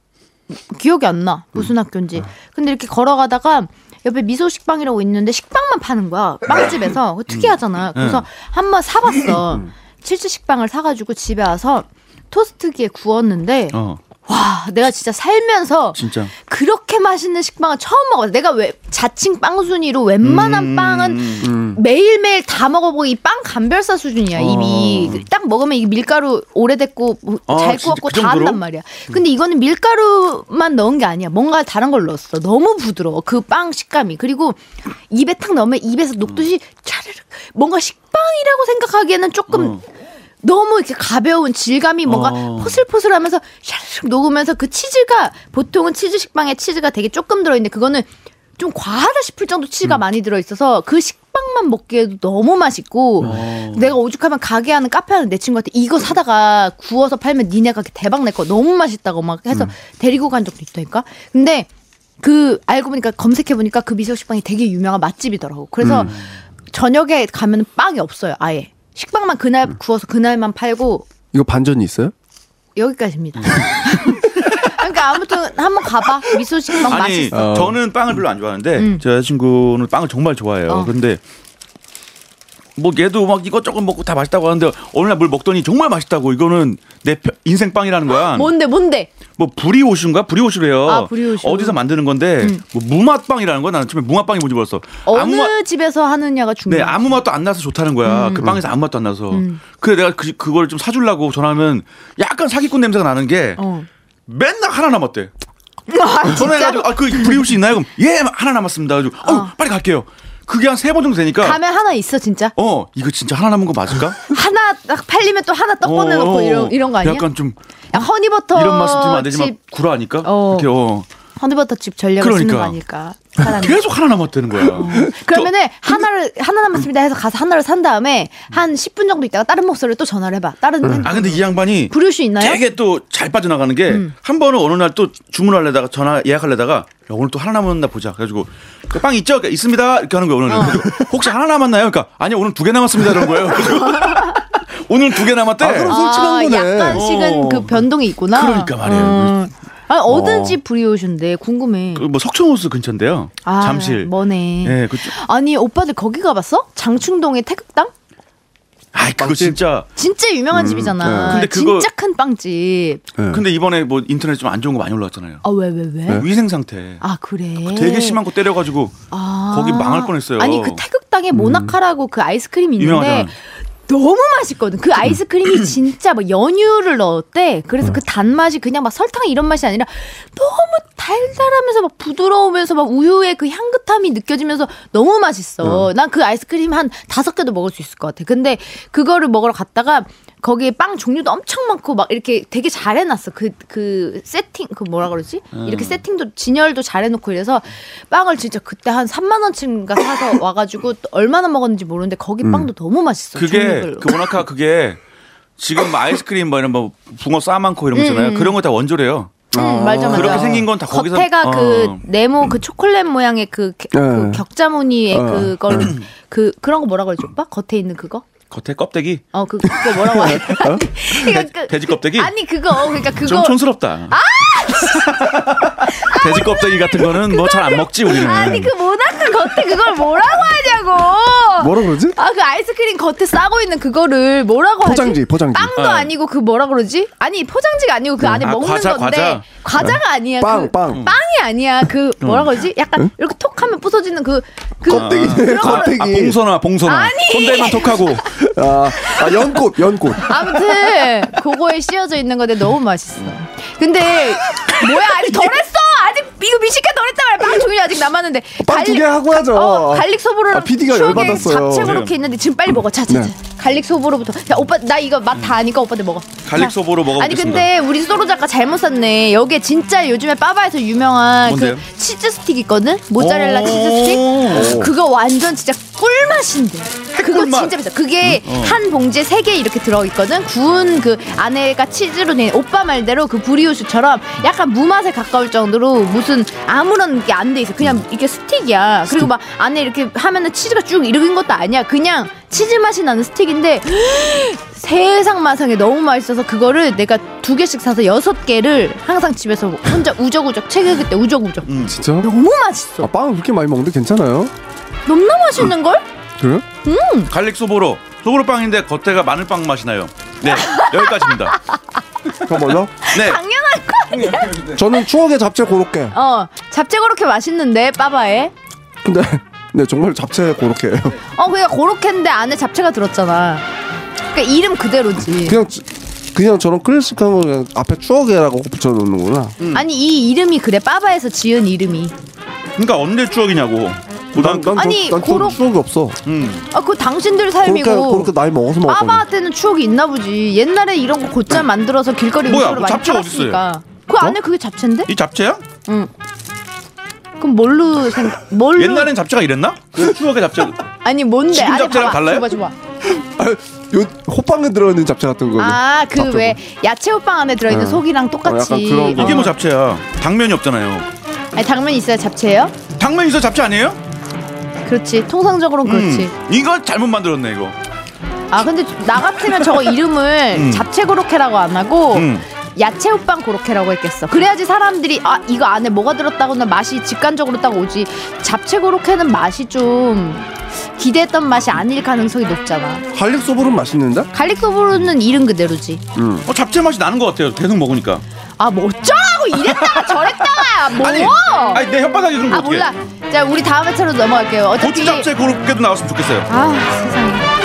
Speaker 1: 기억이 안 나 무슨 학교인지 근데 이렇게 걸어가다가 옆에 미소식빵이라고 있는데 식빵만 파는 거야 빵집에서 그거 특이하잖아 그래서 한번 사봤어 칠즈 식빵을 사가지고 집에 와서 토스트기에 구웠는데
Speaker 3: 어,
Speaker 1: 와 내가 진짜 살면서
Speaker 3: 진짜.
Speaker 1: 그렇게 맛있는 식빵을 처음 먹었어. 내가 왜 자칭 빵순이로 웬만한
Speaker 3: 음,
Speaker 1: 빵은 매일매일 다 먹어보고 이 빵 감별사
Speaker 3: 어.
Speaker 1: 수준이야 입이 딱 먹으면 이게 밀가루 오래됐고 뭐
Speaker 3: 아,
Speaker 1: 잘
Speaker 3: 진짜
Speaker 1: 구웠고
Speaker 3: 그
Speaker 1: 다 한단
Speaker 3: 정도로?
Speaker 1: 말이야. 근데 이거는 밀가루만 넣은 게 아니야. 뭔가 다른 걸 넣었어. 너무 부드러워 그 빵 식감이 그리고 입에 탁 넣으면 입에서 녹듯이
Speaker 3: 음.
Speaker 1: 차르륵 뭔가 식빵이라고 생각하기에는 조금 너무 이렇게 가벼운 질감이 뭔가
Speaker 3: 어.
Speaker 1: 포슬포슬하면서 샤르륵 녹으면서 그 치즈가 보통은 치즈 식빵에 치즈가 되게 조금 들어있는데 그거는 좀 과하다 싶을 정도
Speaker 3: 음.
Speaker 1: 치즈가 많이 들어있어서 그 식빵만 먹기에도 너무 맛있고
Speaker 3: 아.
Speaker 1: 내가 오죽하면 가게 하는 카페 하는 내 친구한테 이거 사다가 구워서 팔면 니네 가게 대박 낼 거 너무 맛있다고 막 해서
Speaker 3: 음.
Speaker 1: 데리고 간 적도 있다니까 근데 그 알고 보니까 검색해 보니까 그 미소 식빵이 되게 유명한 맛집이더라고. 그래서
Speaker 3: 음.
Speaker 1: 저녁에 가면 빵이 없어요. 아예 식빵만 그날
Speaker 3: 음.
Speaker 1: 구워서 그날만 팔고
Speaker 2: 이거 반전이 있어요?
Speaker 3: 음.
Speaker 1: 여기까지입니다. 그러니까 아무튼 한번 가봐. 미소 식빵
Speaker 3: 아니
Speaker 1: 맛있어. 음.
Speaker 3: 저는 빵을 별로 안 좋아하는데 제 여자친구는 빵을 정말 좋아해요.
Speaker 1: 어.
Speaker 3: 근데 뭐 얘도 막 이것저것 먹고 다 맛있다고 하는데 어느 날 뭘 먹더니 정말 맛있다고 이거는 내 펴- 인생 빵이라는 거야.
Speaker 1: 뭔데 뭔데?
Speaker 3: 뭐 브리오슈인가 브리오슈래요.
Speaker 1: 아, 브리오슈. 음.
Speaker 3: 어디서 만드는 건데 뭐 무맛빵이라는 거야. 나는 처음에 무맛빵이 뭔지 몰랐어.
Speaker 1: 어느 음.
Speaker 3: 아무 맛
Speaker 1: 집에서 하느냐가
Speaker 3: 네,
Speaker 1: 중요해.
Speaker 3: 아무 맛도 안 나서 좋다는
Speaker 1: 음.
Speaker 3: 거야. 그 빵에서 아무 맛도 안 나서. 그래 내가 그, 그걸 좀 사주려고 전화하면 약간 사기꾼 냄새가 나는 게
Speaker 1: 어.
Speaker 3: 맨날 하나 남았대.
Speaker 1: 아, 진짜?
Speaker 3: 전화해가지고 아 그 브리오시 있나요? 그럼 예 하나 남았습니다. 그래고 어. 우 빨리 갈게요. 그게 한 세 번 정도 되니까
Speaker 1: 가면 하나 있어 진짜.
Speaker 3: 어 이거 진짜 하나 남은 거 맞을까?
Speaker 1: 하나 딱 팔리면 또 하나 떡
Speaker 3: 어,
Speaker 1: 꺼내놓고
Speaker 3: 어,
Speaker 1: 이런 이런 거 아니야?
Speaker 3: 약간 좀
Speaker 1: 야, 허니버터
Speaker 3: 이런 말씀 드리면 안 되지만
Speaker 1: 집
Speaker 3: 구라하니까
Speaker 1: 어.
Speaker 3: 이렇게 어
Speaker 1: 허니버터 집 전략을 쓰는 거
Speaker 3: 그러니까.
Speaker 1: 아닐까? 사람이.
Speaker 3: 계속 하나 남았다는 거야.
Speaker 1: 어. 그러면은 하나를 하나 남았습니다 해서 가서 하나를 산 다음에 한 10분 정도 있다가 다른 목소리로 또 전화를 해봐. 다른 핸드폰으로.
Speaker 3: 아 근데 이 양반이
Speaker 1: 부르슈 있나요? 음.
Speaker 3: 되게 또 잘 빠져나가는 게 한 번은 어느 날 또 주문하려다가 전화 예약하려다가 야, 오늘 또 하나 남았나 보자. 그래가지고 그빵 있죠? 그러니까 있습니다. 이렇게 하는 거예요. 오늘
Speaker 1: 어.
Speaker 3: 혹시 하나 남았나요? 그러니까 아니 오늘 두 개 남았습니다. 이런 거예요. 그래가지고 오늘 두 개 남았대.
Speaker 2: 아, 그럼 솔직한 거네.
Speaker 1: 약간씩은
Speaker 3: 어.
Speaker 1: 그 변동이 있구나.
Speaker 3: 그러니까 말이에요.
Speaker 1: 음. 아니, 어딘 집 브리오슈인데 궁금해.
Speaker 3: 그뭐 석촌호수 근처인데요.
Speaker 1: 아,
Speaker 3: 잠실.
Speaker 1: 머네.
Speaker 3: 예, 그쪽.
Speaker 1: 아니 오빠들 거기 가봤어? 장충동의 태극당?
Speaker 3: 아, 그거 진짜.
Speaker 1: 진짜 유명한 집이잖아.
Speaker 3: 네. 근데 그거-
Speaker 1: 진짜 큰 빵집.
Speaker 2: 네.
Speaker 3: 근데 이번에 뭐 인터넷 좀 안 좋은 거 많이 올라왔잖아요.
Speaker 1: 아 왜 왜 왜,
Speaker 3: 위생 상태.
Speaker 1: 아 그래.
Speaker 3: 네. 되게 심한 거 때려가지고
Speaker 1: 아.
Speaker 3: 거기 망할 뻔했어요. 음.
Speaker 1: 아니 그 태극당에 모나카라고 그 아이스크림 있는데
Speaker 3: 유명하잖아. 음.
Speaker 1: 너무 맛있거든. 그 아이스크림이 진짜 막 연유를 넣었대. 그래서 그 단맛이 그냥 막 설탕 이런 맛이 아니라 너무 달달하면서 막 부드러우면서 막 우유의 그 향긋함이 느껴지면서 너무
Speaker 3: 음.
Speaker 1: 맛있어. 난 그 아이스크림 한 다섯 개도 먹을 수 있을 것 같아. 근데 그거를 먹으러 갔다가 거기에 빵 종류도 엄청 많고 막 이렇게 되게 잘 해놨어. 그, 그 세팅, 그 뭐라 그러지?
Speaker 3: 음.
Speaker 1: 이렇게 세팅도, 진열도 잘 해놓고 이래서 빵을 진짜 그때 한 3만원쯤인가 사서 와가지고 또 얼마나 먹었는지 모르는데 거기 빵도 너무 맛있어.
Speaker 3: 음. 그게
Speaker 1: 종류별로.
Speaker 3: 그 모나카 그게 지금 뭐 아이스크림 뭐 이런 뭐 붕어 싸 많고 이런 거 있잖아요. 그런 거 다 원조래요.
Speaker 1: 음, 맞아, 맞아.
Speaker 3: 그렇게 생긴 건다 거기서-
Speaker 1: 겉에가
Speaker 3: 어. 네.
Speaker 1: 그 네모 그 초콜릿 모양의 그, 개- 그
Speaker 2: 예.
Speaker 1: 격자 무늬의
Speaker 2: 어.
Speaker 1: 그걸
Speaker 3: 음.
Speaker 1: 그 그런 거 뭐라 그러지 오빠? 겉에 있는 그거?
Speaker 3: 겉에 껍데기
Speaker 1: 어, 그 그거 뭐라고 하지? 그러니까 그-
Speaker 3: 돼지 껍데기?
Speaker 1: 아니 그거 그러니까
Speaker 3: 좀
Speaker 1: 그거 아!
Speaker 3: 촌스럽다. 돼지 껍데기 같은 거는 뭐 잘 안 먹지 우리는.
Speaker 1: 아니 그 모나카 겉에 그걸 뭐라고 하냐고.
Speaker 2: 뭐라 그러지?
Speaker 1: 아 그 아이스크림 겉에 싸고 있는 그거를 뭐라고
Speaker 2: 포장지,
Speaker 1: 하지?
Speaker 2: 포장지.
Speaker 1: 빵도
Speaker 3: 아.
Speaker 1: 아니고 그 뭐라 그러지? 아니 포장지가 아니고 그 안에
Speaker 3: 아,
Speaker 1: 먹는
Speaker 3: 과자,
Speaker 1: 건데 과자. 가 아니야.
Speaker 2: 빵,
Speaker 1: 그
Speaker 2: 빵.
Speaker 1: 빵이 아니야. 그 뭐라 그러지? 약간 이렇게 톡하면 부서지는 그, 그
Speaker 2: 껍데기,
Speaker 1: 그런 거를-
Speaker 2: 껍데기.
Speaker 3: 아, 봉선화, 봉선화. 손대만 톡하고.
Speaker 2: 아, 아, 연꽃, 연꽃.
Speaker 1: 아무튼 그거에 씌어져 있는 건데 너무 맛있어. 근데 뭐야 아직 덜했어. 아직 이거 미식가 덜했단 말이야. 빵 종류 아직 남았는데.
Speaker 2: 빵두개 하고 하죠.
Speaker 1: 어, 갈릭 소보로랑
Speaker 2: 아, PD 가 열받았어요.
Speaker 1: 잡채 그렇게 있는데 지금 빨리 먹어. 자자자.
Speaker 2: 네.
Speaker 1: 갈릭 소보로부터. 야 오빠 나 이거 맛 다 아니까 오빠들 먹어.
Speaker 3: 갈릭
Speaker 1: 자.
Speaker 3: 소보로
Speaker 1: 아니
Speaker 3: 먹어보겠습니다.
Speaker 1: 근데 우리 소로 작가 잘못 샀네. 여기에 진짜 요즘에 빠바에서 유명한
Speaker 3: 뭔데요?
Speaker 1: 그 치즈 스틱 있거든. 모짜렐라
Speaker 3: 오.
Speaker 1: 치즈 스틱.
Speaker 3: 오.
Speaker 1: 그거 완전 진짜 꿀맛인데. 그거
Speaker 3: 꿀맛.
Speaker 1: 진짜 맛있어. 그게 한 봉지에 세 개 이렇게 들어 있거든. 구운 그 안에가 치즈로 된 오빠 말대로 그 브리오슈처럼 약간 무맛에 가까울 정도로 무슨 아무런 게 안 돼 있어. 그냥 이게 스틱이야. 그리고 막 안에 이렇게 하면은 치즈가 쭉 이런 것도 아니야. 그냥 치즈 맛이 나는 스틱인데 세상 마상에 너무 맛있어서 그거를 내가 두 개씩 사서 여섯 개를 항상 집에서 혼자 우적우적 책을 그때 우적우적
Speaker 2: 진짜?
Speaker 1: 너무 맛있어
Speaker 2: 아, 빵을 그렇게 많이 먹는데 괜찮아요?
Speaker 1: 너무너무 맛있는 걸?
Speaker 2: 그래요?
Speaker 3: 갈릭 소보로. 소보로 빵인데 겉에가 마늘빵 맛이 나요. 네, 여기까지입니다.
Speaker 2: 잠깐만요.
Speaker 3: 네.
Speaker 1: 당연할 걸? 네.
Speaker 2: 저는 추억의 잡채 고로케.
Speaker 1: 어 잡채 그렇게 맛있는데 빠바에
Speaker 2: 근데, 네, 정말 잡채 고로케예요
Speaker 1: 어 그냥 고로케인데 안에 잡채가 들었잖아 그러니까 이름 그대로지
Speaker 2: 그냥, 지- 그냥 저런 클래식한 거 그냥 앞에 추억이라고 붙여놓는구나.
Speaker 1: 음. 아니 이 이름이 그래 빠바에서 지은 이름이
Speaker 3: 그러니까 언제 추억이냐고.
Speaker 2: 난, 난,
Speaker 1: 아니,
Speaker 2: 저, 난
Speaker 1: 고로-
Speaker 2: 고로... 추억이 없어.
Speaker 3: 음.
Speaker 1: 아 그거 당신들
Speaker 2: 고로케,
Speaker 1: 삶이고
Speaker 2: 고로케 나이 먹어서 먹었거든.
Speaker 1: 빠바한테는 추억이 있나 보지 옛날에 이런 거 곧잘 만들어서 길거리
Speaker 3: 뭐야,
Speaker 1: 음식으로
Speaker 3: 그
Speaker 1: 많이
Speaker 3: 잡채 어딨어요?
Speaker 1: 팔았으니까 그 안에 그게 잡채인데?
Speaker 3: 이 잡채야?
Speaker 1: 그럼 뭘로 생각? 뭘로?
Speaker 3: 옛날엔 잡채가 이랬나? 추억의 잡채.
Speaker 1: 아니 뭔데?
Speaker 3: 지금
Speaker 1: 아니,
Speaker 3: 잡채랑
Speaker 1: 봐봐.
Speaker 3: 달라요?
Speaker 1: 줘봐 줘봐.
Speaker 2: 아, 요 호빵에 들어있는 잡채 같은 거는.
Speaker 1: 아그 왜 야채 호빵 안에 들어있는
Speaker 2: 네.
Speaker 1: 속이랑 똑같이.
Speaker 2: 어, 약간 그런 거.
Speaker 3: 이게 뭐 잡채야? 당면이 없잖아요.
Speaker 1: 아니 당면 있어야 잡채예요?
Speaker 3: 당면 있어 잡채 아니에요?
Speaker 1: 그렇지. 통상적으로는 그렇지.
Speaker 3: 음. 이거 잘못 만들었네 이거.
Speaker 1: 아 근데 나 같으면 저거 이름을
Speaker 3: 음.
Speaker 1: 잡채 고로케라고 안 하고.
Speaker 3: 음.
Speaker 1: 야채 호빵 고로케라고 했겠어. 그래야지 사람들이 아 이거 안에 뭐가 들었다고는 맛이 직관적으로 딱 오지. 잡채 고로케는 맛이 좀 기대했던 맛이 아닐 가능성이 높잖아.
Speaker 2: 갈릭 소보는 맛있는데?
Speaker 1: 갈릭 소보르는 이름 그대로지.
Speaker 2: 음.
Speaker 3: 어, 잡채 맛이 나는 것 같아요. 계속 먹으니까.
Speaker 1: 아 뭐 어쩌라고 이랬다가 저랬다가 뭐?
Speaker 3: 아니, 아니 내 혓바닥이 그런 거
Speaker 1: 아
Speaker 3: 어떡해
Speaker 1: 몰라. 자 우리 다음 회차로 넘어갈게요. 어차피
Speaker 3: 고추 잡채 고로케도 나왔으면 좋겠어요.
Speaker 1: 아 세상에.